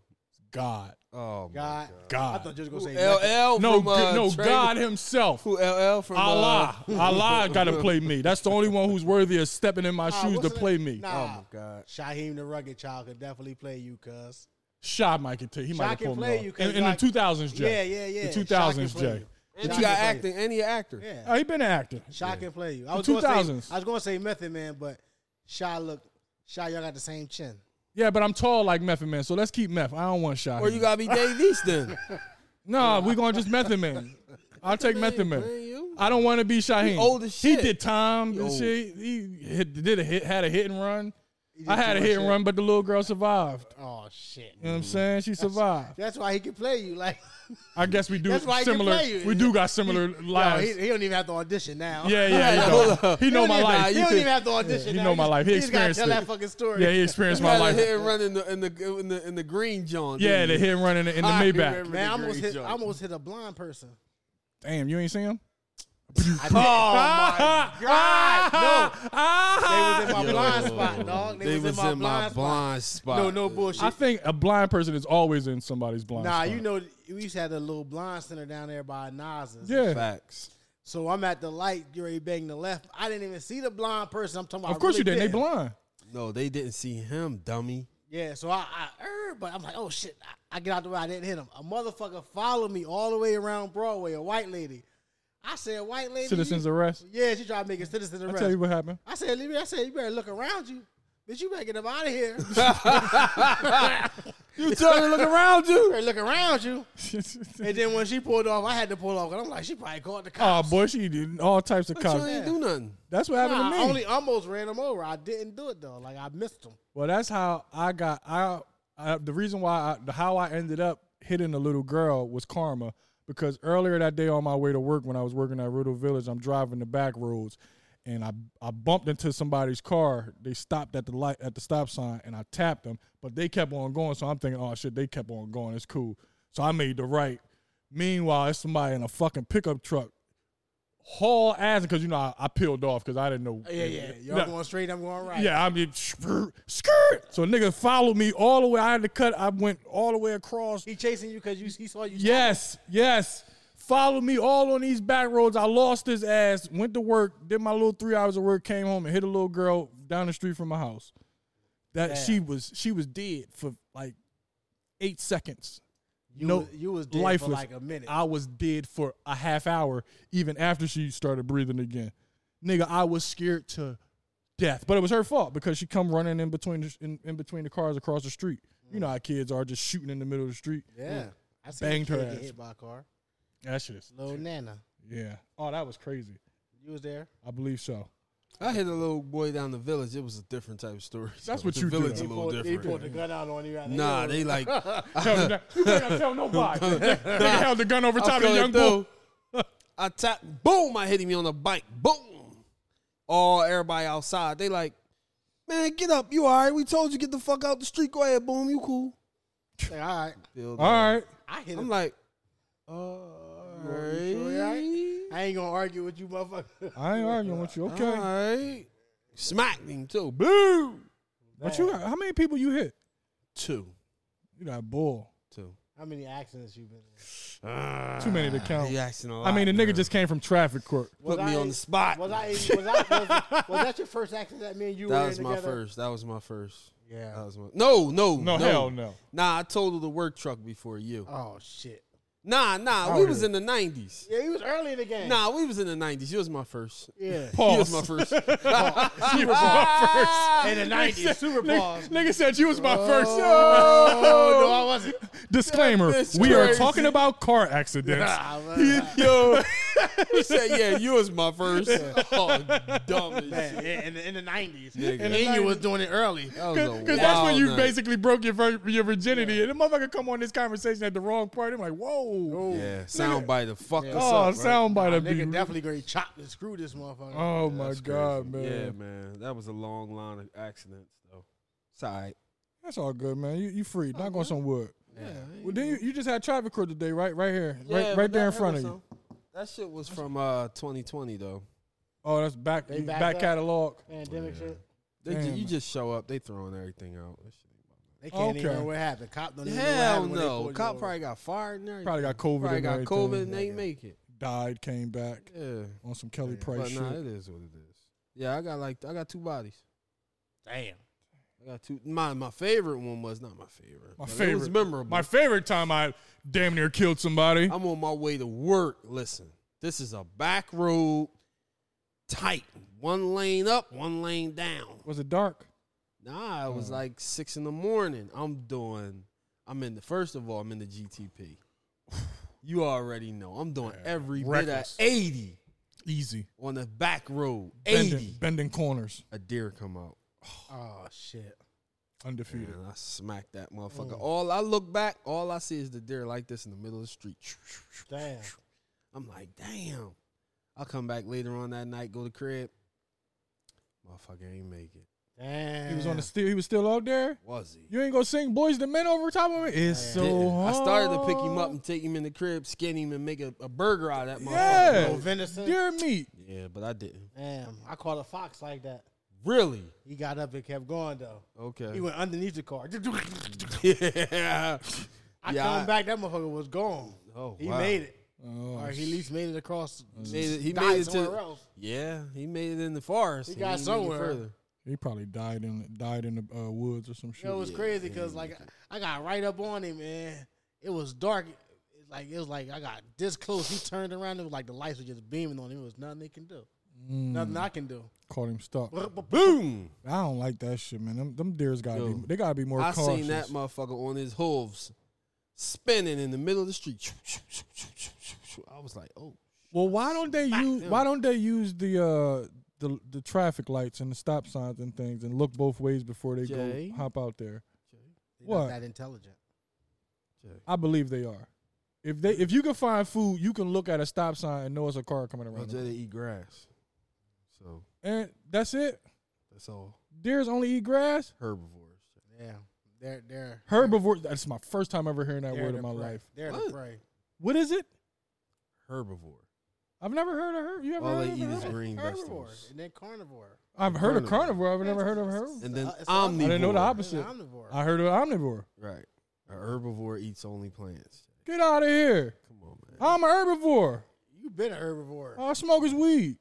God,
Oh, my
God. I
God.
thought you was going to say
LL
No,
from, uh,
g- no,
Train-
God Himself,
Who LL from uh,
Allah, Allah, got to play me. That's the only one who's worthy of stepping in my
Nah,
shoes to
what's the-
play me. Um,
Nah.
Oh my God.
Shaheem the Rugged Child could definitely play you, cuz.
Shaw might could take. He might
Shaw
have
can
pulled
play
me
you
off.
'cause
in, in
like-
the 2000s,
Yeah,
Jay.
yeah, yeah.
The
Shaw can
2000s,
play
Jay.
you.
And
Shaw
you got
can play
acting. And he an actor.
Yeah.
Oh, he been an actor.
Shaw can play you. I
The
was going
2000s.
I was gonna say Method Man, but Shaw look Shaw, y'all got the same chin.
Yeah, but I'm tall like Method Man, so let's keep Meth. I don't want Shaw.
Or you gotta be Dave East then.
No, we're gonna just Method Man. I'll take Method Man.
you.
I don't want to be Shaheem.
He old as
He
shit.
did time and
old.
shit. He hit, did a hit, had a hit and run. I had a
too much
hit and
shit.
run, but the little girl survived.
Oh shit.
You know what I'm saying? She survived.
That's why he can play you. Like
I guess we do
That's why he can
similar.
play you.
We do got similar
no,
lives.
he, he don't even have to audition now.
yeah, yeah, yeah.
Hold up.
He know
don't
my
even-
life.
He
You
don't
could-
even have to audition.
he
now.
know my life. He
just gotta
experienced it.
tell that fucking story.
Yeah, he experienced my
Got a hit
life.
and run in the in the in the in the green John.
Yeah,
didn't
the
you?
hit and run in the, in the
I
Maybach.
remember.
Man, I
Great
almost hit.
joke.
I almost hit a blind person.
Damn, you ain't seen him?
I did.
Ah, ah,
Oh, God,
ah.
They was in my blind spot, dog. They, was, in my blind spot.
spot.
No, no bullshit.
I think a blind person is always in somebody's blind
nah,
spot.
you know we used to have a little blind center down there by Nas's.
Yeah.
Facts.
So I'm at the light. You already banged the left. I didn't even see the blind person. I'm talking about.
Of course
really
you didn't. They
big.
blind.
No, they didn't see him, dummy.
Yeah, so I, I heard, but I'm like, oh shit! I, I get out the way. I didn't hit him. A motherfucker followed me all the way around Broadway. A white lady. I said, white lady.
Citizens
you,
arrest.
Yeah, she tried to make a citizen
I
arrest.
tell you what happened.
I said, leave me. I said, you better look around you. Bitch, you better get up out of here. you
You tell me to look around you.
better look around you. And then when she pulled off, I had to pull off. And I'm like, she probably called
oh
the cops.
boy, she did all types of
But you
cops.
ain't do nothing.
That's what happened
Nah, I
to me.
only almost ran him over. I didn't do it though. Like I missed him.
well, that's how I got. I, I the reason why I, the how I ended up hitting the little girl was karma because earlier that day on my way to work when I was working at Riddle Village, I'm driving the back roads. And I, I bumped into somebody's car. They stopped at the light at the stop sign, and I tapped them, but they kept on going. So I'm thinking, oh shit, they kept on going. It's cool. So I made the right. Meanwhile, it's somebody in a fucking pickup truck haul ass because you know I, I peeled off because I didn't know.
Oh, Yeah, yeah. Y'all
No.
going straight, I'm going right.
Yeah, I mean, skirt. skirt. So nigga followed me all the way. I had to cut. I went all the way across.
He chasing you because you he saw you.
Yes, yes. Followed me all on these back roads. I lost his ass. Went to work. Did my little three hours of work. Came home and hit a little girl down the street from my house. That she was she was dead for like eight seconds.
You,
No,
was, you was dead for
lifeless.
like a minute.
I was dead for a half hour, even after she started breathing again. Nigga, I was scared to death, but it was her fault because she come running in between the, in, in between the cars across the street. You know how kids are just shooting in the middle of the street.
yeah. I seen
Banged
a kid
her
get
ass.
hit by a car.
That shit is
Little Nana.
yeah. Oh, that was crazy.
You was there.
I believe so.
I hit a little boy down the village. It was a different type of story.
That's what
the
you do.
village
He
a little
He pulled
different.
the gun out on you. out there.
Nah, they like
Tell them, you better not tell nobody. Nigga held the gun over top of the young
I'm
boy.
coming through. I tap, boom, I hit him on the bike, boom. All everybody outside, they like, man, get up, you all right? We told you get the fuck out the street. Go ahead, boom, you cool.
Like, all right.
Build up.
All right.
I hit
I'm
him.
like,
all right. You sure you all right? I ain't gonna argue with you, motherfucker.
I ain't arguing with you. Okay.
all right, smacked him too, boom,
But you how many people you hit?
two,
You got bull.
two.
How many accidents you been in?
Too many to count.
Ah, He acting a lot,
I mean, the nigga
man.
just came from traffic court.
put
Was
me
I-
on the spot.
Was I? Was, I was, was that your first accident that me and you
that
were
was
in
my
together?
first. That was my first.
Yeah.
That was my. No, no,
No,
no,
hell no.
Nah, I totaled the work truck before you.
Oh shit.
Nah, nah,
Oh,
we
yeah.
was in the nineties.
Yeah, he was early in the game.
Nah, we was in the nineties. You was my first.
Yeah.
You was
Pause.
my first.
You was my first.
In the nineties, super
Nigga,
pause.
nigga said you was my first.
Oh no, I
Yo.
wasn't.
Disclaimer:
That is
We are
crazy.
talking about car accidents.
I was-
Yo, he said, "Yeah, you was my first. Oh, dumb as shit.
Yeah, in the in the nineties,
Nigga.
and you was doing it early.
That was a
Because that's when
wild
you
night.
basically broke your vir- your virginity, and the motherfucker come on this conversation at the wrong party. I'm like, whoa.
Yeah, sound by the fuck us
Oh,
Oh, up, right?
soundbite
oh, Nigga
would be-
definitely gonna chop and screw this motherfucker.
Oh my
That's
god,
crazy.
man.
Yeah, man, that was a long line of accidents though. Side.
That's all good, man. You you free. Knock on some wood. Well, then you, you just had traffic court today, right? Right here, right, right there in front of you.
That shit was from uh 2020 though.
Oh, that's back
They
you
backed
back
up?
catalog.
Pandemic shit.
They ju-
Damn.
you just show up, they throwing everything out. That shit
They can't even
Okay.
know what happened. Cop don't even know what
Hell
happened when they
no.
pulled you
Cop
over.
probably got fired and everything.
Probably got COVID.
Probably
and
got
everything.
COVID and they make it.
Died, came back
Yeah.
on some Kelly Price
But
shit.
nah, it is what it is. Yeah, I got like I got two bodies.
Damn.
I got two my my favorite one was not my favorite.
my
but
favorite,
It was memorable.
My favorite time I damn near killed somebody.
I'm on my way to work. Listen, this is a back road tight. One lane up, one lane down.
Was it dark?
Nah, it was like six in the morning. I'm doing. I'm in the first of all. I'm in the GTP. You already know. I'm doing every
reckless.
bit of eighty
Easy.
on the back road.
Bending,
Eighty.
bending corners.
A deer come out.
Oh shit.
Undefeated.
And I smacked that motherfucker. All I look back, all I see is the deer like this in the middle of the street.
Damn.
I'm like, damn. I'll come back later on that night, go to crib. Motherfucker ain't make it.
Damn.
He was on the still. He was still out there.
Was he?
You ain't gonna sing "Boys the Men" over top of me. It's so
Didn't. I
hard.
started to pick him up and take him in the crib, skin him, and make a, a burger out of that motherfucker.
Yeah.
No venison.
Dear meat.
Yeah, but I didn't.
Damn. I caught a fox like that.
Really?
He got up and kept going though.
Okay.
He went underneath the car.
yeah.
I
Yeah,
come
I-
back, that motherfucker was gone.
Oh,
he
wow.
made it,
Oh,
or he at least made it across.
Made it- he
died
made it to-
somewhere else.
Yeah, he made it in the forest.
He got
ain't made it
somewhere.
further.
he probably died in died in the uh, woods or some shit.
Yo, it was crazy because like I got right up on him, man. It was dark. It's Like it was like I got this close. He turned around. It was like the lights were just beaming on him. It was nothing they can do. Nothing
Mm.
I can do.
Caught him stuck.
Boom!
I don't like that shit, man. Them, them deers gotta
Yo,
be. They gotta be more
I
cautious.
seen that motherfucker on his hooves spinning in the middle of the street. I was like, oh.
Well, why don't they use why don't they use the uh the the traffic lights and the stop signs and things and look both ways before they
Jay?
go hop out there?
They're
What?
Not that intelligent.
I believe they are. If they if you can find food, you can look at a stop sign and know it's a car coming
Well,
around.
Jay, they eat grass. So
and that's it.
that's all
Deers only eat grass.
herbivores.
Yeah, they're they're
Herbivore. That's my first time ever hearing that
they're
word
the
in my
prey.
life.
They're
What?
the prey.
What is it?
Herbivore.
I've never heard of her. You ever
All
heard
they
of
eat is
her?
green
Herbivore
vegetables.
and then carnivore.
I've heard of carnivore. I've never heard of her.
And then
It's a-
omnivore.
I didn't know the
It's an
opposite.
omnivore.
I heard of omnivore.
Right. A herbivore eats only plants.
Get out of here.
Come on, man.
I'm a herbivore.
You've been a herbivore.
All I smoke is weed.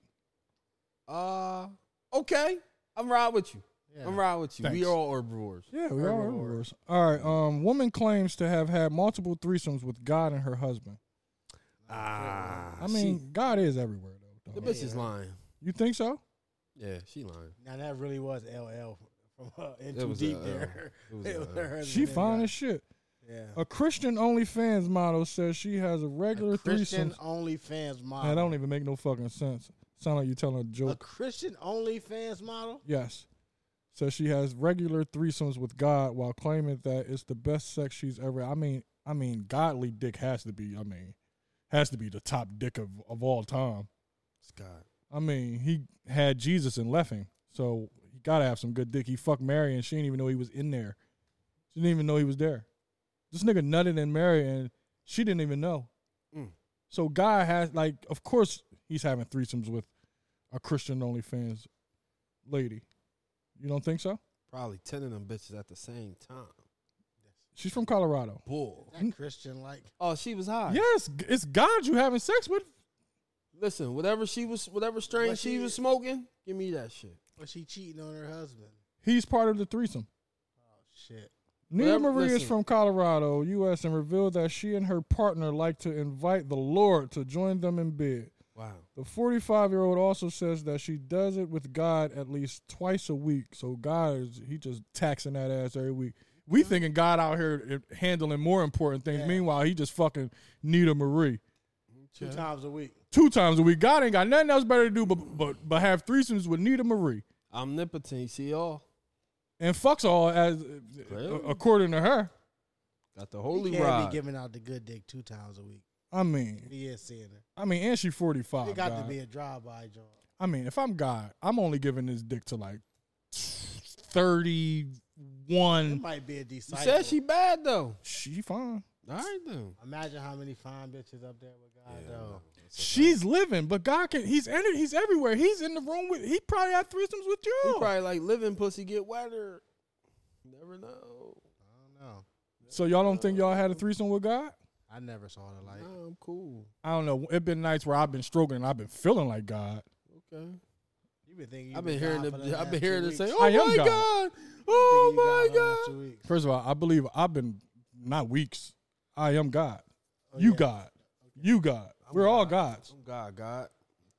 Uh, okay. I'm riding with you.
Yeah.
I'm riding with you. We
Thanks.
are all herbivores.
Yeah, we are herbivores. All right. Um, woman claims to have had multiple threesomes with God and her husband.
Ah,
I mean, God is everywhere though.
the
dog.
bitch is lying.
You think so?
Yeah, she lying.
Now that really was LL from uh, in
It
too
was
deep
LL.
there.
It was
It was
LL.
her husband
She
and
fine
God.
as shit.
Yeah.
A Christian OnlyFans model says she has a regular
Christian
threesome.
OnlyFans model.
That don't even make no fucking sense. Sound like you telling a
a
joke.
Christian OnlyFans model.
Yes. So she has regular threesomes with God while claiming that it's the best sex she's ever. I mean, I mean, godly dick has to be. I mean, has to be the top dick of of all time.
Scott.
I mean, he had Jesus and left him, so he gotta have some good dick. He fucked Mary and she didn't even know he was in there. She didn't even know he was there. This nigga nutted in Mary and she didn't even know.
Mm.
So God has like, of course, he's having threesomes with a Christian OnlyFans lady. You don't think so?
Probably ten of them bitches at the same time.
She's from Colorado.
Bull.
That Christian like.
Oh, she was high.
Yes, g- it's God you having sex with.
Listen, whatever she was, whatever strain
But
she,
she-
was smoking, give me that shit.
Was she cheating on her husband?
He's part of the threesome.
Oh shit.
Nia
Whatever-
Marie is
listen.
from Colorado, U.S., and revealed that she and her partner like to invite the Lord to join them in bed.
Wow.
The 45 year old also says that she does it with God at least twice a week. So God is he just taxing that ass every week. We thinking God out here i- handling more important things.
Mm-hmm. Yeah.
Meanwhile, he just fucking Nita Marie
Two times a week.
two times a week. God ain't got nothing else better to do but but but have threesomes with Nita Marie
Omnipotent. You see all.
and fucks all as eh,
Clearly.
according to her.
Got the
He
holy
can't
rod.
be giving out the good dick two times a week.
I mean,
He is seeing her.
I mean, and she 45.
Oh,
It got to
God.
be a drive by job.
I mean, if I'm God, I'm only giving this dick to like
It
31.
might be a
Mm. you
disciple.
said she bad though.
She fine.
All right then.
Imagine how many fine bitches up there with God though.
She's living, but God can. He's enter, He's everywhere. He's in the room with. He probably had threesomes with you.
He
Oh.
probably like living pussy get wetter. Never know.
I don't know.
so y'all don't think y'all had a threesome with God?
I never saw the light.
Nah, I'm cool.
I don't know. It been nights where I've been stroking and I've been feeling like God.
Okay.
You been thinking? you
I've been
God
hearing
for
them.
the
I've
last
been hearing
two
them say,
weeks.
"Oh
I am
my
God."
god,
Thinking
oh
you
my
God for the last
god."
two weeks.
First of all, I believe I've been not weeks. I am God. you
yeah.
God. You God. We're all gods.
I'm Oh, God, God,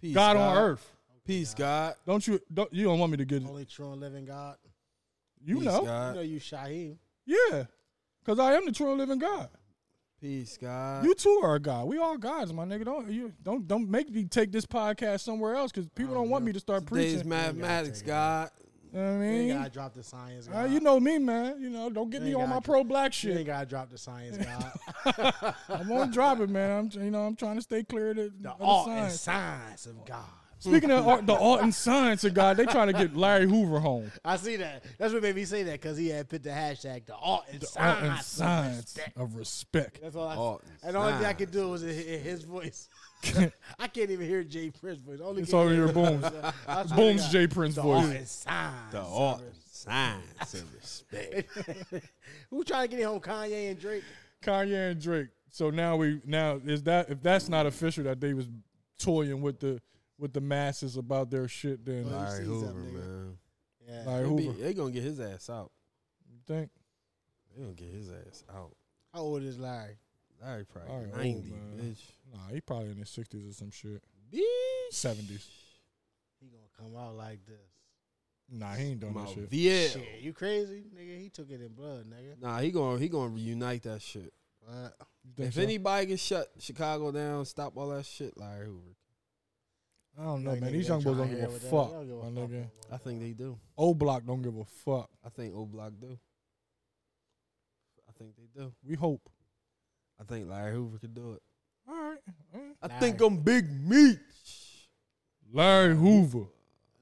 peace,
God, on earth.
peace, God,
Don't you? Don't you don't want me to get?
Only true and living God.
You
peace,
know.
You know
God,
you Shaheem.
Yeah. Cause I am the true and living God.
peace, God.
You too are a God. We all gods, my nigga. Don't you don't don't make me take this podcast somewhere else because people don't want me to start
Today's
preaching.
mathematics, God.
You know what I
You ain't
mean,
gotta drop the science.
Uh,
God.
you know me, man. You know, don't get
You
me
ain't
on
gotta
my
dr-
pro black
You ain't
shit.
gotta drop the science, God.
I won't drop it, man. I'm tr- you know I'm trying to stay clear to
the
of
art and
science.
science of God.
Speaking of art, the art and science of God, they trying to get Larry Hoover home.
I see that. That's what made me say that because he had put the hashtag the art and
Art
science.
and science of respect.
That's all I.
Art
and,
and
the only thing I
science.
could do was in, in his voice. I can't even hear Jay Prince voice. Only
It's
can
over
hear
here,
his
booms,
voice. I swear to
booms
God.
Jay Prince
The art
voice.
and science.
The art, and science, and respect.
Who trying to get it home? Kanye and Drake.
Kanye and Drake. So now we now is that if that's not official that they was toying with the with the masses about their shit then
Right.
Larry
sees
Hoover,
that nigga.
man.
Yeah.
Larry
They be-
Hoover.
They gonna get his ass out.
Think
They gonna get his ass out.
How old is Larry?
Larry probably
Larry old,
ninety,
man.
bitch.
nah, he probably in his sixties or some shit.
Bitch.
Seventies.
He gonna come out like this.
Nah, he ain't done
My
that shit.
VL.
Shit, you crazy, nigga? He took it in blood, nigga.
Nah, he gonna he gonna reunite that shit.
What?
You think
If
so?
anybody can shut Chicago down, stop all that shit, Larry Hoover.
I don't know,
Like,
man.
nigga,
These
they
young boys
trying
don't
to
give
air
a
with that.
fuck.
They don't give a
My
fuck
nigga.
no more.
I think they do.
O block don't give a fuck.
I think O Block do. I think they do.
We hope.
I think Larry Hoover could do it.
All right. all right.
I
Larry.
think I'm Big Meat.
Larry Hoover.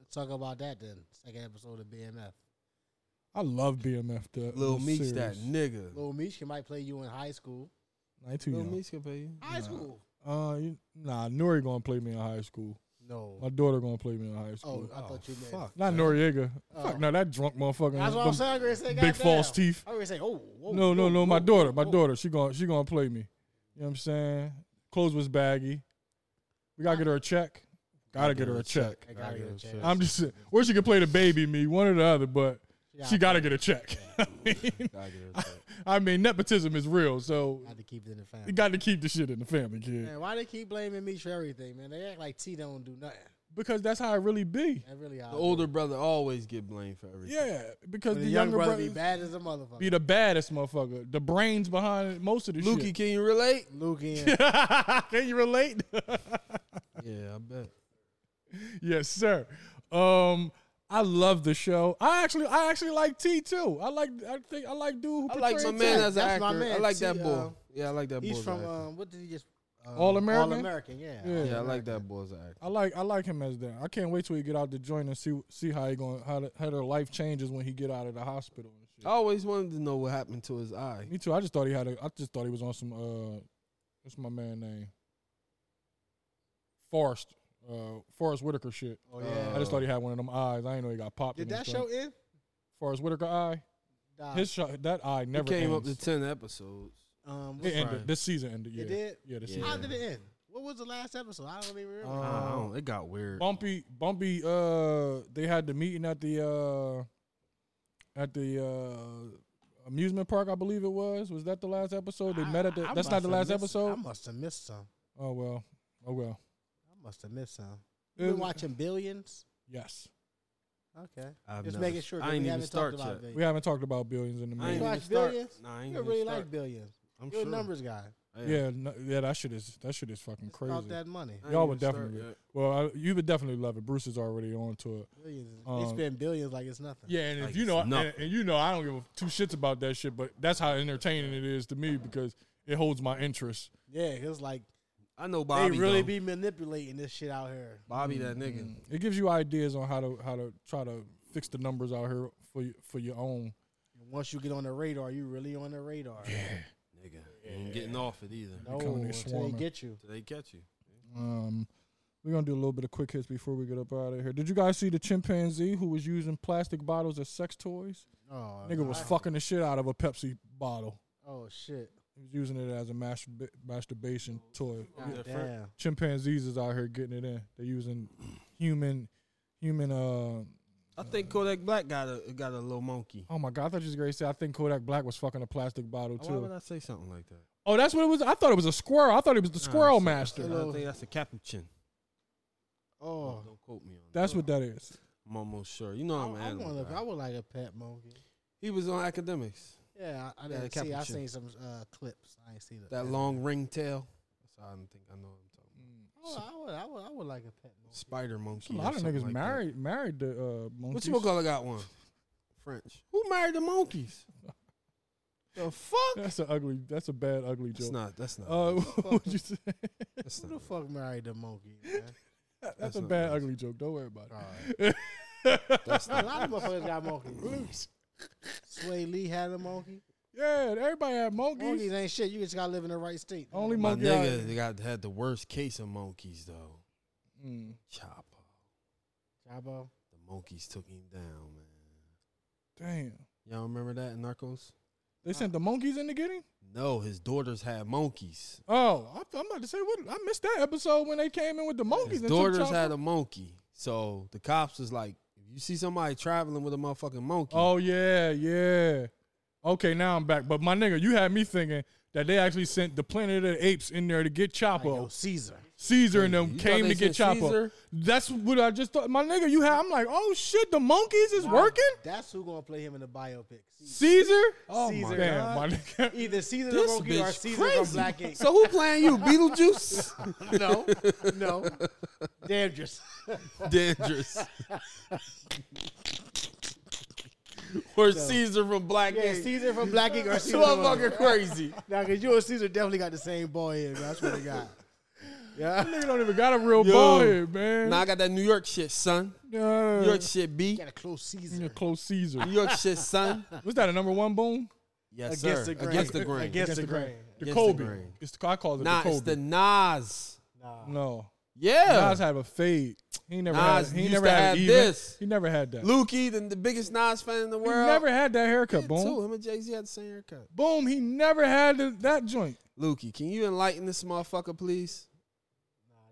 Let's talk about that then. Second episode of BMF.
I love BMF. The,
Lil
the
Meat's that
series.
nigga.
Lil Meech can might play you in high school.
Nah, he too
Lil
young.
Meat's can pay you.
High school.
Uh, you, nah, Nori gonna play me in high school. My
No.
daughter gonna play me in high
Oh,
school.
I thought you meant.
Not Noriega.
Oh.
Fuck no, that drunk motherfucker.
That's what
Them
I'm saying. I was gonna say,
Big
goddamn.
false teeth.
I was gonna say, oh, whoa,
No, no,
whoa,
no. My
whoa,
daughter, my
whoa.
daughter. She gonna she gonna play me. You know what I'm saying? Clothes was baggy. We gotta get her a check. Gotta get her a check.
I gotta get a check.
I'm just or she could play the baby me, one or the other, but
Yeah,
she gotta get a check. I mean,
Gotta get her a check.
I mean, nepotism is real, so
I had to keep it in the
you
family.
got to keep the shit in the family, kid.
Man, why they keep blaming me for everything, man? They act like T don't do nothing.
Because that's how it really be.
That really
The older brother always get blamed for everything.
Yeah, because
the,
the,
young
younger
brother
brother
be bad as a motherfucker.
be the baddest motherfucker. The brains behind most of the
Lukey, can you relate?
Luke in.
shit. Can you relate?
Yeah, I bet.
yes, sir. Um, I love the show. I actually, I actually like T too. I like, I think I like dude who
I like my
portrayed
man
T.
as an
That's
actor.
my
I
man,
like
T,
that boy.
uh,
yeah, I like that boy.
He's
as an
from
actor.
um, what did he just? Um,
All American?
All American, yeah.
Yeah.
yeah, I like that boy as an actor.
I like, I like him as that. I can't wait till he get out to join and see, see how he going, how, the, how their life changes when he get out of the hospital and shit.
I always wanted to know what happened to his eye.
Me too. I just thought he had a. I just thought he was on some. Uh, what's my man name? Forrest. Uh, Forrest Whitaker shit.
Oh yeah.
I just thought he had one of them eyes. I didn't know he got popped.
Did
in
that
this
show Ah.
joint.
end?
Forrest Whitaker eye.
Nah.
His shot. That eye
He
never
came up
ends.
to ten episodes.
um,
It
what's-
ended.
Right.
This season ended. Yeah.
It did?
Yeah. This
Yeah.
season.
how
Ah,
did it end? What was the last episode? I don't even remember.
I don't know. It got weird.
Bumpy. Bumpy. Uh, they had the meeting at the uh, at the uh, amusement park. I believe it was. Was that the last episode? Uh, They
I-
met at the.
I
that's
must
not the
have
last
missed- I
episode.
must have missed some.
Oh well. Oh well.
I must have missed some. You been
It-
watching Billions?
Yes.
Okay.
I've
Just
never-
making sure
I
that
ain't
we
even
haven't talked
start
about
yet.
Billions.
We haven't talked about billions in a
I ain't
minute.
watch
even start.
Billions?
Nah, I ain't
You
even
really
start.
like Billions.
I'm
You're
sure.
a numbers guy.
Yeah, no, yeah, that shit is that shit is fucking
It's
crazy. Uh,
about that money.
I ain't
Y'all would
even start
definitely.
yet.
Well, I, you would definitely love it. Bruce is already on to it.
Billions.
Um,
they spend billions like it's nothing.
Yeah, and if
Like
you
it's
know, and,
nothing.
and you know, I don't give a two shits about that shit, but that's how entertaining it is to me because it holds my interest.
Yeah, it's like
I know Bobby.
they really
though.
be manipulating this shit out here.
Bobby that nigga.
It gives you ideas on how to how to try to fix the numbers out here for you, for your own.
Once you get on the radar, you really on the radar.
Nigga. Ain't getting off it either.
No,
Coming in
until they
swarming.
get you.
Till they catch you.
Um, we're gonna do a little bit of quick hits before we get up out of here. Did you guys see the chimpanzee who was using plastic bottles as sex toys?
Oh,
Uh,
Nigga was fucking the shit out of a Pepsi bottle.
Oh shit!
He was using it as a masturb- masturbation toy.
God damn.
Chimpanzees is out here getting it in. They're using human, human. Uh,
I think Kodak Black got a got a little monkey.
oh my god! I thought you was gonna say. I think Kodak Black was fucking a plastic bottle
Why would
too.
I say something like that?
Oh, that's what it was. I thought it was a squirrel. I thought it was the squirrel
I
master.
don't think that's a capuchin.
Oh,
Don't quote me on that.
That's what that is.
I'm almost sure. You know I'm an
I, I,
animal.
wanna,
guy.
I would like a pet monkey.
He was on academics.
Yeah, I, I
Yeah,
didn't
the
see. I
cappuccino.
seen some uh, clips. I ain't see the
That
pet.
long ring tail. That's how I don't think I know what I'm talking about.
Oh, I would, I would, I would like a pet monkey.
Spider monkey.
A
or
lot of
something
niggas
like that.
married married the uh,
What
monkeys.
you call got one? French. Who married the monkeys? the fuck?
That's an ugly. That's a bad ugly
That's
joke.
not. That's not.
uh, what you say?
that's
Who
not.
the fuck married the monkey? Man?
That's,
That's
a
not
bad
nice.
ugly joke. Don't worry about it.
That's
a
not.
lot of motherfuckers got monkeys. Sway Lee had a monkey.
Yeah, everybody had monkeys.
Monkeys ain't shit. You just gotta live in the right state.
Only
My
monkey.
nigga they got had the worst case of monkeys though.
Mm.
Chopper.
Jabo.
The monkeys took him down, man.
Damn.
Y'all remember that in Narcos?
They sent the monkeys in to get him?
No, his daughters had monkeys.
Oh, I, I'm about to say what I missed that episode when they came in with the monkeys.
His
and took
daughters
Chopper.
had a monkey. So the cops was like, if you see somebody traveling with a motherfucking monkey,
Oh yeah, yeah. Okay, now I'm back. But my nigga, you had me thinking that they actually sent the Planet of the Apes in there to get Chopper.
Yo, Caesar.
Caesar and them
You thought
came to
they
get
sent
Chopper.
Caesar?
That's what I just thought. My nigga, you had. I'm like, oh shit, the monkeys is working.
That's who gonna play him in the biopic. Caesar.
Caesar.
Oh
Caesar.
my
Damn,
god.
my nigga.
Either Caesar the
This
monkey or
bitch
Caesar from
crazy.
Black Ink.
So who playing you, Beetlejuice?
no, no, dangerous.
Dangerous. or Caesar from Black
Yeah,
Ink.
Caesar from Black Ink or
This
Caesar. from-
motherfucker crazy.
Now, cause you and Caesar definitely got the same ball head, man. I swear to God. Yeah,
Nigga don't even got a real
Yo.
ball here, man.
Now I got that New York shit, son.
Yeah.
New York shit, B.
got a close
You're
Caesar.
close Caesar.
New York shit, son.
Was that a number one boom?
Yes,
Against
sir.
the grain.
Against the grain.
Against the
the grain.
grain.
The
Yes,
Kobe.
the grain.
It's the, I call it
Nah,
the
it's
Kobe.
the Nas.
no.
Yeah.
Nas had a fade. He never
Nas
had. He
used
never
to
had
have
even.
this.
He never had that.
Lukey, the, the biggest Nas fan in the
he
world.
never had that haircut.
Yeah,
Boom.
Too. Him and Jay Z had the same haircut.
Boom. He never had th- that joint.
Lukey, can you enlighten this motherfucker, please?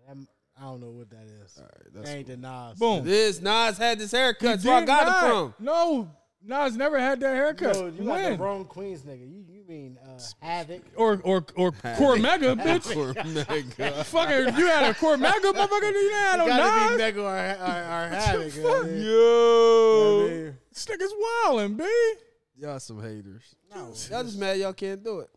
That- I don't know what that is.
that's
that ain't the Nas.
Boom.
This Nas had this haircut. That's where I
Did
got
not-
it from.
No. Nas never had that haircut.
No, you got the
when?
wrong Queens nigga. You you mean uh, Havoc?
or or or Core Mega, bitch.
Cormega.
Fucking, you had a Core Mega, motherfucker. You had no
Gotta be
Nas.
Mega or, or, or
What the
Havoc. you know what I
fuck?
mean?
Yo.
mean?
This nigga's wildin', B.
Y'all some haters. Y'all just mad y'all can't do it.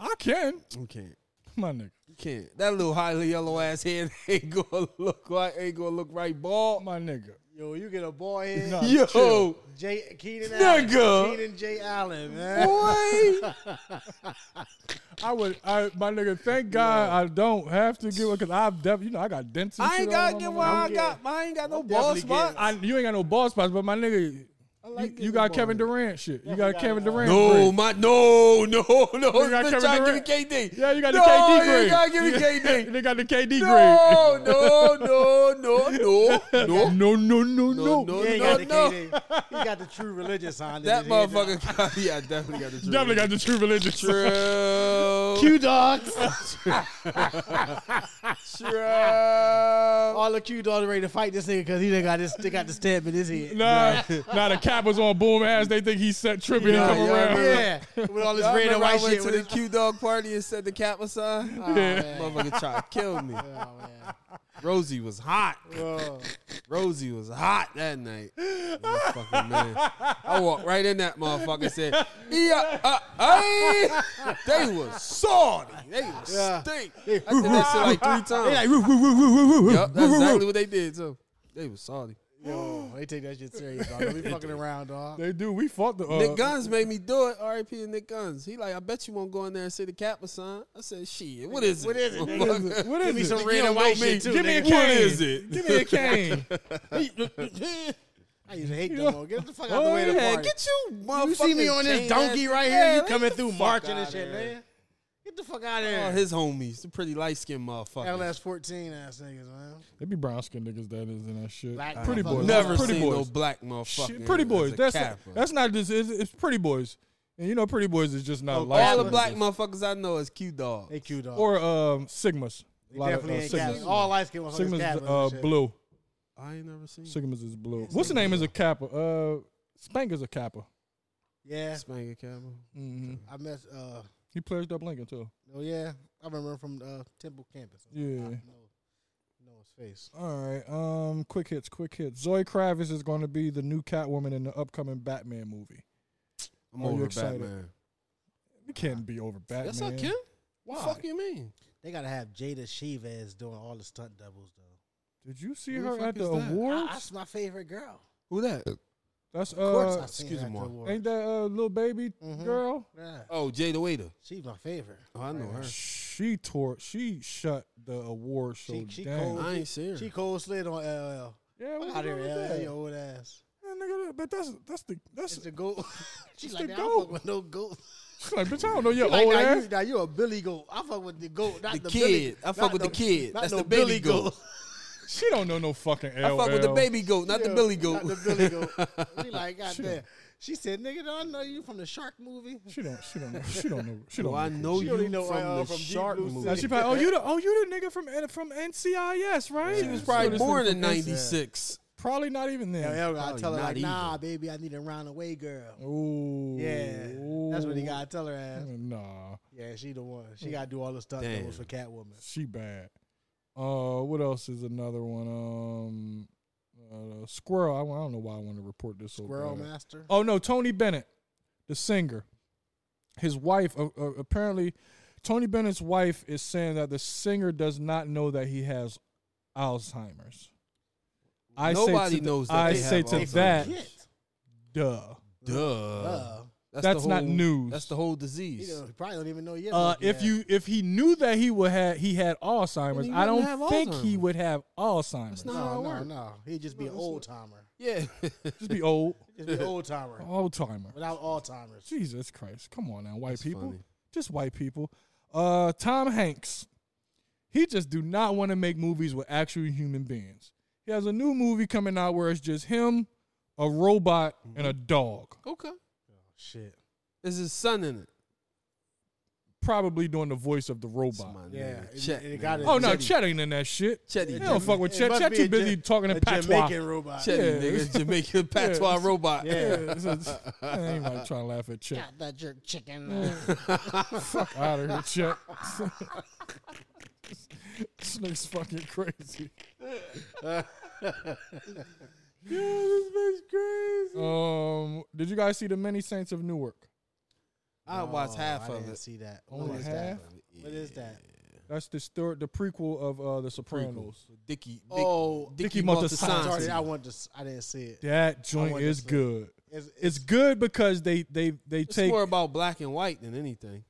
I can.
You can't.
My nigga.
You can't. That little highly yellow ass head ain't gonna look like ain't gonna look right bald.
My nigga.
Yo, you get a boy here.
Nah,
Yo,
chill.
Jay Keenan
Nigga.
Allen. Keenan J Allen, man.
boy.
I would, I, my nigga, thank God I don't have to get one because I've definitely, you know, I got dents. and
I
shit
ain't
all
gotta
on
get
my
why I
motherfucker.
got. I ain't got no bald
definitely
spots.
I, you ain't got no ball spots, but my nigga,
like
you,
getting
you got
bald.
Kevin Durant shit. You got Kevin Durant.
No,
grade.
my no, no, no.
got
Bitch,
Kevin
I give me
Durant.
KD.
Yeah, you got the
no,
KD
You
grade.
gotta give me
Yeah,
KD.
they got the KD
No, no, no, no, no,
grade.
no.
No, no, no, no.
no.
He ain't
No,
got the
no.
KD. He got the true religious on.
That motherfucker. Got, yeah, I definitely got the true.
Definitely got the true religion.
True.
Q dogs.
True.
All the Q dogs ready to fight this nigga because he done got this. They got the stamp in his head.
Nah, nah, the cap was on boom ass. They think he set tripping
Yeah,
and come
yeah,
around.
Yeah, with all this
Y'all
red and
remember
white
I went
shit.
to
With
the
his,
Q Dog party and said the cap was on. Oh,
Yeah.
Motherfucker tried to kill me. Rosie was hot. Rosie was hot that night. Motherfucking man. I walked right in that motherfucker and said, yeah, uh, ay." They was salty. They was stink. I did that shit like three times.
like, woo, woo, woo, woo, woo, woo.
Yup, that's exactly what they did, too. They was salty.
Yo, they take that shit serious, dog. Don't be fucking around, dog.
They do. We fought the. Uh,
Nick Guns made me do it. R.I.P. to Nick Guns. He like, I bet you won't go in there and see the cap or son. I said, shit, what is it?
What is it, nigga?
Motherfucker.
What is
Give me
it?
some
You
red
don't
and
know
white
me.
shit too.
Give me a
nigga.
cane.
What is it?
Give me a cane.
I used to hate them. all. Get the fuck out the
Oh,
way of the
Yeah,
party.
get you, motherfucker.
You see me on this donkey right here. You coming through marching and shit, man. Get the fuck out of
Oh,
here.
his homies, the pretty light skinned motherfuckers.
LS fourteen ass niggas, man.
They be brown skinned niggas that is and that shit.
Black
pretty
motherfuckers.
boys.
Never
pretty
seen no
boys.
black motherfucker.
Shit, pretty boys.
That's
That's
a
not,
capper.
that's not just. It's, it's pretty boys, and you know, pretty boys is just not light
all the
skinned
black
niggas.
motherfuckers I know is Q dog.
They cute dog.
or um sigmas. A lot of uh,
definitely ain't Catholic.
sigmas.
All light
Oh,
skin motherfuckers
Sigmas
Catholic
uh,
and shit.
blue.
I ain't never seen.
Sigmas is blue. What's the name? Is a kappa. Uh, Spanker's a kappa.
Yeah,
Spanker Capper.
Mm-hmm.
I met. Uh,
He plays Dub Lincoln too.
oh yeah, I remember him from uh, Temple campus.
Yeah.
I know, know his face.
All right. Um, quick hits, quick hits. Zoe Kravitz is going to be the new Catwoman in the upcoming Batman movie.
I'm
Are you
over
excited?
Batman.
We can't be over Batman.
That's not Kim. What the fuck you mean?
They gotta have Jada Shivas doing all the stunt doubles though.
Did you see
Who the
her
fuck
at the
is that?
awards?
I, that's my favorite girl.
Who that?
That's
Of course,
uh,
I seen
excuse
her at
me,
the
Mark.
awards.
ain't that uh, little baby
Mm-hmm.
girl?
Yeah,
Oh, Jay the waiter.
she's my favorite.
Oh, I know her.
She tore. She shut the award show
She- she
down.
cold.
I ain't serious.
She cold slid on LL.
Yeah, what's
Out
wrong
here,
with
LL,
that?
your old ass.
Yeah, nigga, that- but that's that's the that's
It's the goat. she's
It's
like,
the
"Nah, I don't
goat."
fuck with no goat.
like bitch. I don't know your
Like,
old
now,
ass.
You, now you a Billy goat. I fuck with the goat, not
The
the,
kid.
Billy.
I fuck
not
with the kid.
not
That's
no
the baby
Billy
goat.
She don't know no fucking LL.
I fuck with the baby goat, not the
Yeah,
Billy
Not the
goat.
Billy goat. We like, goddamn. She said, nigga, don't I know you from the shark movie?
She don't. She don't. Know, she don't know. She don't.
Do I
know.
know
She
you
only
from
know, uh,
the
from Deep
Shark
Blue
movie?
Now she probably. Oh, you the. Oh, you the nigga from N- from NCIS, right?
She was probably born in '96.
Probably not even then.
LL gotta
Probably
tell her,
Oh, not
like,
either.
nah, baby, I need a round away girl.
Ooh.
Yeah. That's what he gotta tell her ass.
Nah,
Yeah, she the one. She gotta do all the stunt
Damn.
doubles for Catwoman.
she bad. Uh, what else is another one? Um, uh, Squirrel. I, I don't know why I want to report this. so
Squirrel
bad.
Master.
Oh no, Tony Bennett, the singer. His wife uh, uh, apparently, Tony Bennett's wife is saying that the singer does not know that he has Alzheimer's. I
Nobody
say to
knows
The,
that
I
they
say
have
to
Alzheimer's.
that,
Kid.
duh.
Duh.
Uh,
That's,
That's
the
not
whole-
news.
That's the whole
he
disease.
don't- he probably don't even know yet.
Uh, if you if he knew that he would had he had Alzheimer's,
Then he
I
wouldn't
don't
have
think he
Alzheimer's.
would have Alzheimer's.
not- how
No,
it
no,
work.
no. He'd just be an old timer.
Yeah.
Just be old,
Just be an old timer.
old timer.
Without Alzheimer's.
Jesus Christ! Come on now, white people.
funny.
just white people. Uh, Tom Hanks, he just do not want to make movies with actual human beings. He has a new movie coming out where it's just him, a robot, and
Mm-hmm.
a dog.
Okay.
Shit.
Is his son in it?
Probably doing the voice of the
It's
robot.
my
Yeah,
nigga,
it-
Chet,
it
man.
got it.
Oh no,
Chetty.
Chet ain't in that shit.
Chetty,
He
nigga.
don't fuck with
It
Chet.
must
Chet
be
too
a
busy
Ja-
talking
A
in patois.
Jamaican robot.
Chetty,
Yeah.
nigga, Jamaican patois robot.
Yeah, it's a- I ain't like trying to laugh at Chet.
Got that jerk chicken.
Mm.
Fuck out of here, Chet. this nigga's fucking crazy. Um, did you guys see the Many Saints of Newark?
I watched half
Oh, I
of
didn't
it.
see that.
Only
What is
half?
that? What is that?
That's the story, the prequel of uh, the Sopranos.
Dicky. Dick,
Oh,
Dicky
Dicky Maltesanti.
sorry, I
Maltesanti.
want to. s- I didn't see it.
That
I
joint
wanted
is
to see it.
good.
It's,
It's good because they they they
It's
take
more about black and white than anything.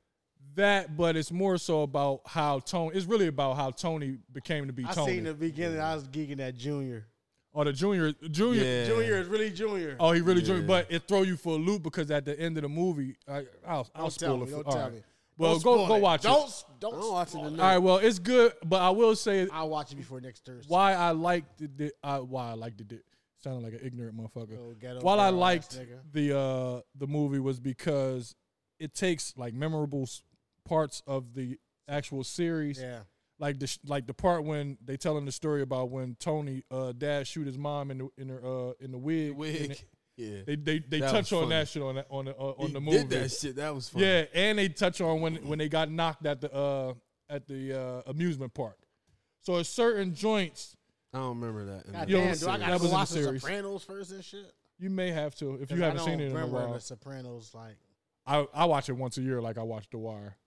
that, but it's more so about how Tony. It's really about how Tony became to be
I
Tony.
seen the beginning. I was geeking at Junior.
or the junior junior.
Yeah.
Junior is really Junior.
Oh, he really junior,
Yeah.
but it throw you for a loop because at the end of the movie, I, I'll, I'll spoil
Don't tell
it.
me.
for-
Don't
all
tell
right.
me.
Well,
Don't
go
spoil
go
it.
watch
Don't
it.
s- don't
I don't watch it
spoil
All
tonight.
right, well, it's good, but I will say
I'll watch it before next Thursday.
why I liked it. the- I, why I liked it. Sounded like an ignorant motherfucker.
Oh, ghetto
While I
girl ass
liked
nigga.
the uh, the movie was because it takes like memorable s- parts of the actual series,
Yeah.
like the sh- like the part when they telling the story about when Tony uh, dad shoot his mom in the in her uh, in the wig. and
Wig.
it-
Yeah.
They they, they
That
touch
was
on that
funny.
shit on that, on the, uh, on
He
the movie.
Did that shit. That was funny.
Yeah, and they touch on when when they got knocked at the uh at the uh amusement park. So it's certain joints
I don't remember that. in
God
the
Yo,
damn, do I
that was
got
in
to
the
watch the
series.
Sopranos first and shit?
you may have to if
'Cause
you
I
haven't
don't
seen it in a
remember
while.
The Sopranos, like
I, I watch it once a year, like I watch The Wire.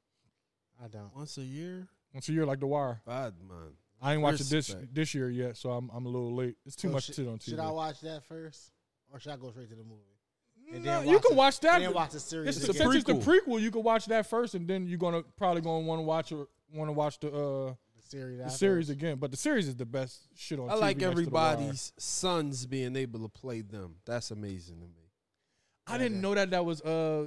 I don't.
Once a year?
Once a year, like The Wire.
God, man.
I ain't watched it this
Respect.
this year yet, so I'm I'm a little late. It's too
So
much
should-
to do on TV.
Should I watch that first, or should I go straight to the movie? And
No,
then
you can
the-
watch that.
And then watch the series.
it's,
It's a
since
again.
it's the
prequel.
prequel. You can watch that first, and then you're gonna probably gonna want to watch or want to watch the uh
the series.
the
afterwards.
series again. But the series is the best shit on.
I
TV
like
next to The Wire.
everybody's sons being able to play them. That's amazing to me.
I didn't know that that was uh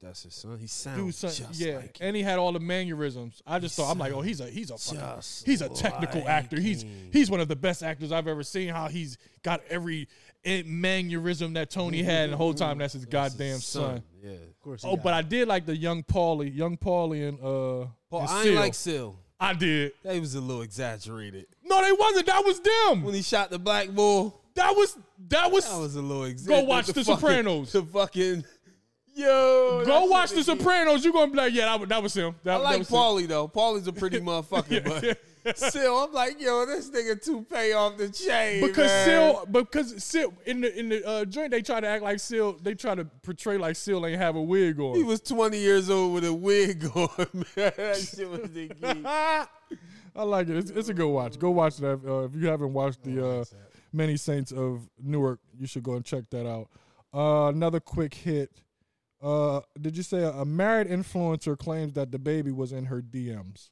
That's his son. He
do
sounds
something.
just
Yeah,
like him.
and he had all the mannerisms. I just thought I'm like, oh, he's a he's a fucking,
Just
he's a technical
like
actor. He's
him.
he's one of the best actors I've ever seen. How he's got every eh, mannerism that Tony had, and the whole time that's his
That's his
goddamn son.
Yeah.
Of course.
Oh, but I did like the young Paulie, young Paulie and uh,
Paul,
and
I
Seal.
ain't like Sil.
I did.
That was a little exaggerated.
No, they wasn't. That was
When
them.
he shot the black bull,
That was that was.
that was a little exaggerated.
go watch The,
fucking-
Sopranos.
The fucking
Go
yo. that's
watch
a
The
big-
Sopranos. You're gonna be like, yeah, that, wa- that was him. That,
I
that
like
was him.
Paulie though. Paulie's a pretty motherfucker, but still, I'm like, yo, this nigga too pay off the chain.
Because
man.
Seal, because Seal in the in the uh, joint, they try to act like Seal. They try to portray like Seal ain't have a wig on.
He was 20 years old with a wig on, man. That shit was the geek.
I like it. It's, it's a good watch. Go watch that uh, if you haven't watched the uh, Many Saints of Newark. You should go and check that out. Uh, another quick hit. Uh, did you say a married influencer claims that the baby was in her DMs?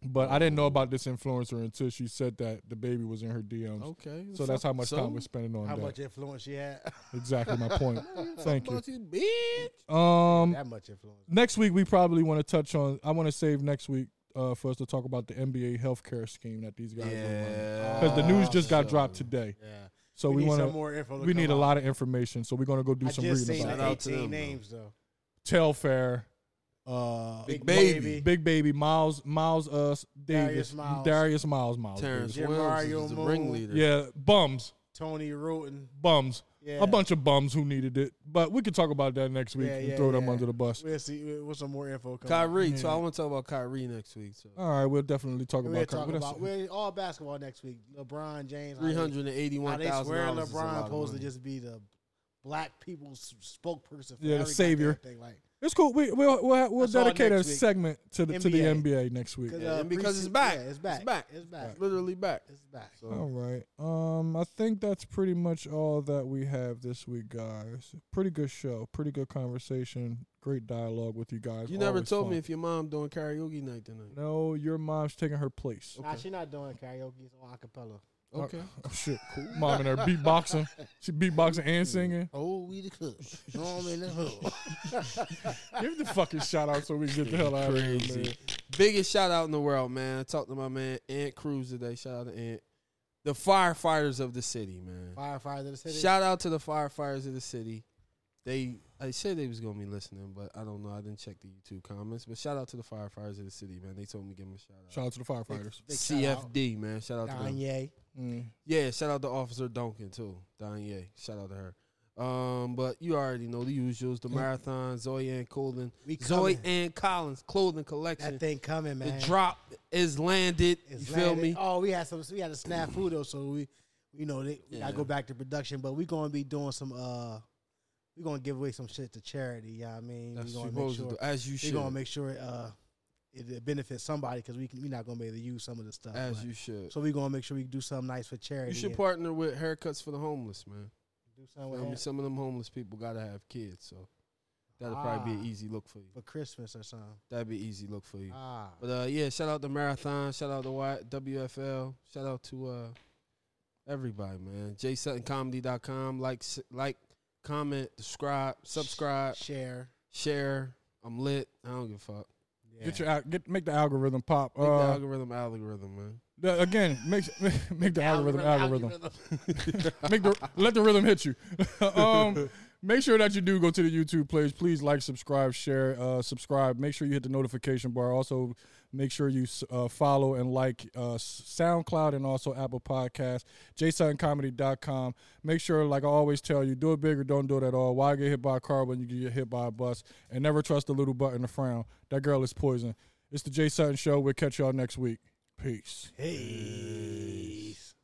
But I didn't know about this influencer until she said that the baby was in her DMs.
Okay.
So that's how much
So?
time we're spending on
How
that.
much influence she had?
Exactly my point. Thank you.
Fucking bitch.
Um,
that much influence.
next week we probably want to touch on. I want to save next week uh, for us to talk about the NBA healthcare scheme that these guys
Yeah.
because the news just got dropped today.
Oh, Yeah.
So
we,
we,
need
want
some
to.
more info. To
We need
come
a
out.
lot of information, so we're gonna go do
I
some
just
reading
seen
about
it.
it.
the
Shout out to them,
18
though.
names though.
Telfair, uh,
Big Baby.
Big Baby, Miles, Miles, uh, Davis,
Darius Miles.
Darius Miles, Miles,
Terrence
Davis.
Jim
Wells
Mario
is the
Moon.
ringleader.
yeah, bums,
Tony Roten.
bums,
Yeah.
a bunch of bums who needed it. But we could talk about that next week
Yeah,
and
yeah,
throw them
yeah.
under the bus.
We'll see. we- What's some more info coming? out.
Kyrie. So I want to talk about Kyrie next week. So.
All right, we'll definitely talk
We'll
about.
talk
what else-
about we're all basketball next week. LeBron James. how they-
Three hundred and
How
eighty-one
they
thousand
swear
dollars.
LeBron supposed to just be the black people's spokesperson. For
Yeah, the
every
savior.
goddamn Thing. Like,
It's cool. We we'll we'll, we'll
That's all
dedicate a
next week.
segment to the to the
NBA.
NBA next week.
'cause,
Yeah,
uh,
and because it's
prece-
back.
yeah, it's back.
It's back.
It's back.
literally back.
It's back.
All right. Um, I think that's pretty much all that we have this week, guys. Pretty good show. Pretty good conversation. Great dialogue with you guys.
You never
Always
told me
fun.
if your mom doing karaoke night tonight.
No, your mom's taking her place.
Nah, she's not doing karaoke. It's all acapella.
Okay.
Oh, shit, cool. Mom and her beatboxing. She beatboxing and singing.
Oh, we the cook. You know what I mean? That's all.
Give the fucking shout out so we can get the hell out of here.
Crazy.
man.
Biggest shout out in the world, man. I talked to my man Ant Cruz today. Shout out to Ant. The firefighters of the city, man.
Firefighters of the city.
Shout out to the firefighters of the city. They I said they was gonna be listening, but I don't know. I didn't check the YouTube comments. But shout out to the firefighters of the city, man. They told me to give them a shout out.
Shout out to the firefighters.
Big shout out.
CFD, man. Shout out to them.
Kanye.
Yeah, shout out to Officer Duncan too. Donye. Shout out to her. Um, but you already know the usuals, the marathon, Zoe and Colin.
We
Zoe
coming.
and Collins clothing collection.
That thing coming, man.
The drop is landed.
It's
you
landed.
feel me?
Oh, we had some. We had a snafu though, so we, you know, they, we gotta go back to production. But we gonna be doing some. uh We gonna give away some shit to charity. Yeah, I mean,
That's
we
what you
gonna make
supposed
sure
to do. As you
we
should.
gonna make sure uh it, it benefits somebody because we can, we not gonna be able to use some of the stuff.
as
but-
you should.
so we gonna make sure we do something nice for charity.
you should
and
partner with haircuts for the homeless, man.
do something
I mean,
with that
some of them homeless people gotta have kids, so that'll probably be an
Ah.
easy look for you.
for Christmas or something.
That'd be an easy look for you.
Ah,
But uh, yeah, shout out to Marathon, shout out to Y- WFL, shout out to uh, everybody, man. JSuttonComedy.com. Like, s- like, comment, describe, subscribe,
share.
share. I'm lit. I don't give a fuck.
Get your al- get make the algorithm pop.
Make the
Uh,
algorithm, algorithm, man.
the- again, make make the algorithm algorithm. make the let the rhythm hit you. um, make sure that you do go to the YouTube page. Please like, subscribe, share, uh, subscribe. Make sure you hit the notification bar. Also, make sure you uh, follow and like uh, SoundCloud and also Apple Podcasts, jsuttoncomedy.com. Make sure, like I always tell you, do it big or don't do it at all. Why get hit by a car when you get hit by a bus? And never trust the little button to frown. That girl is poison. It's the Jay Sutton Show. We'll catch y'all next week. Peace.
Peace.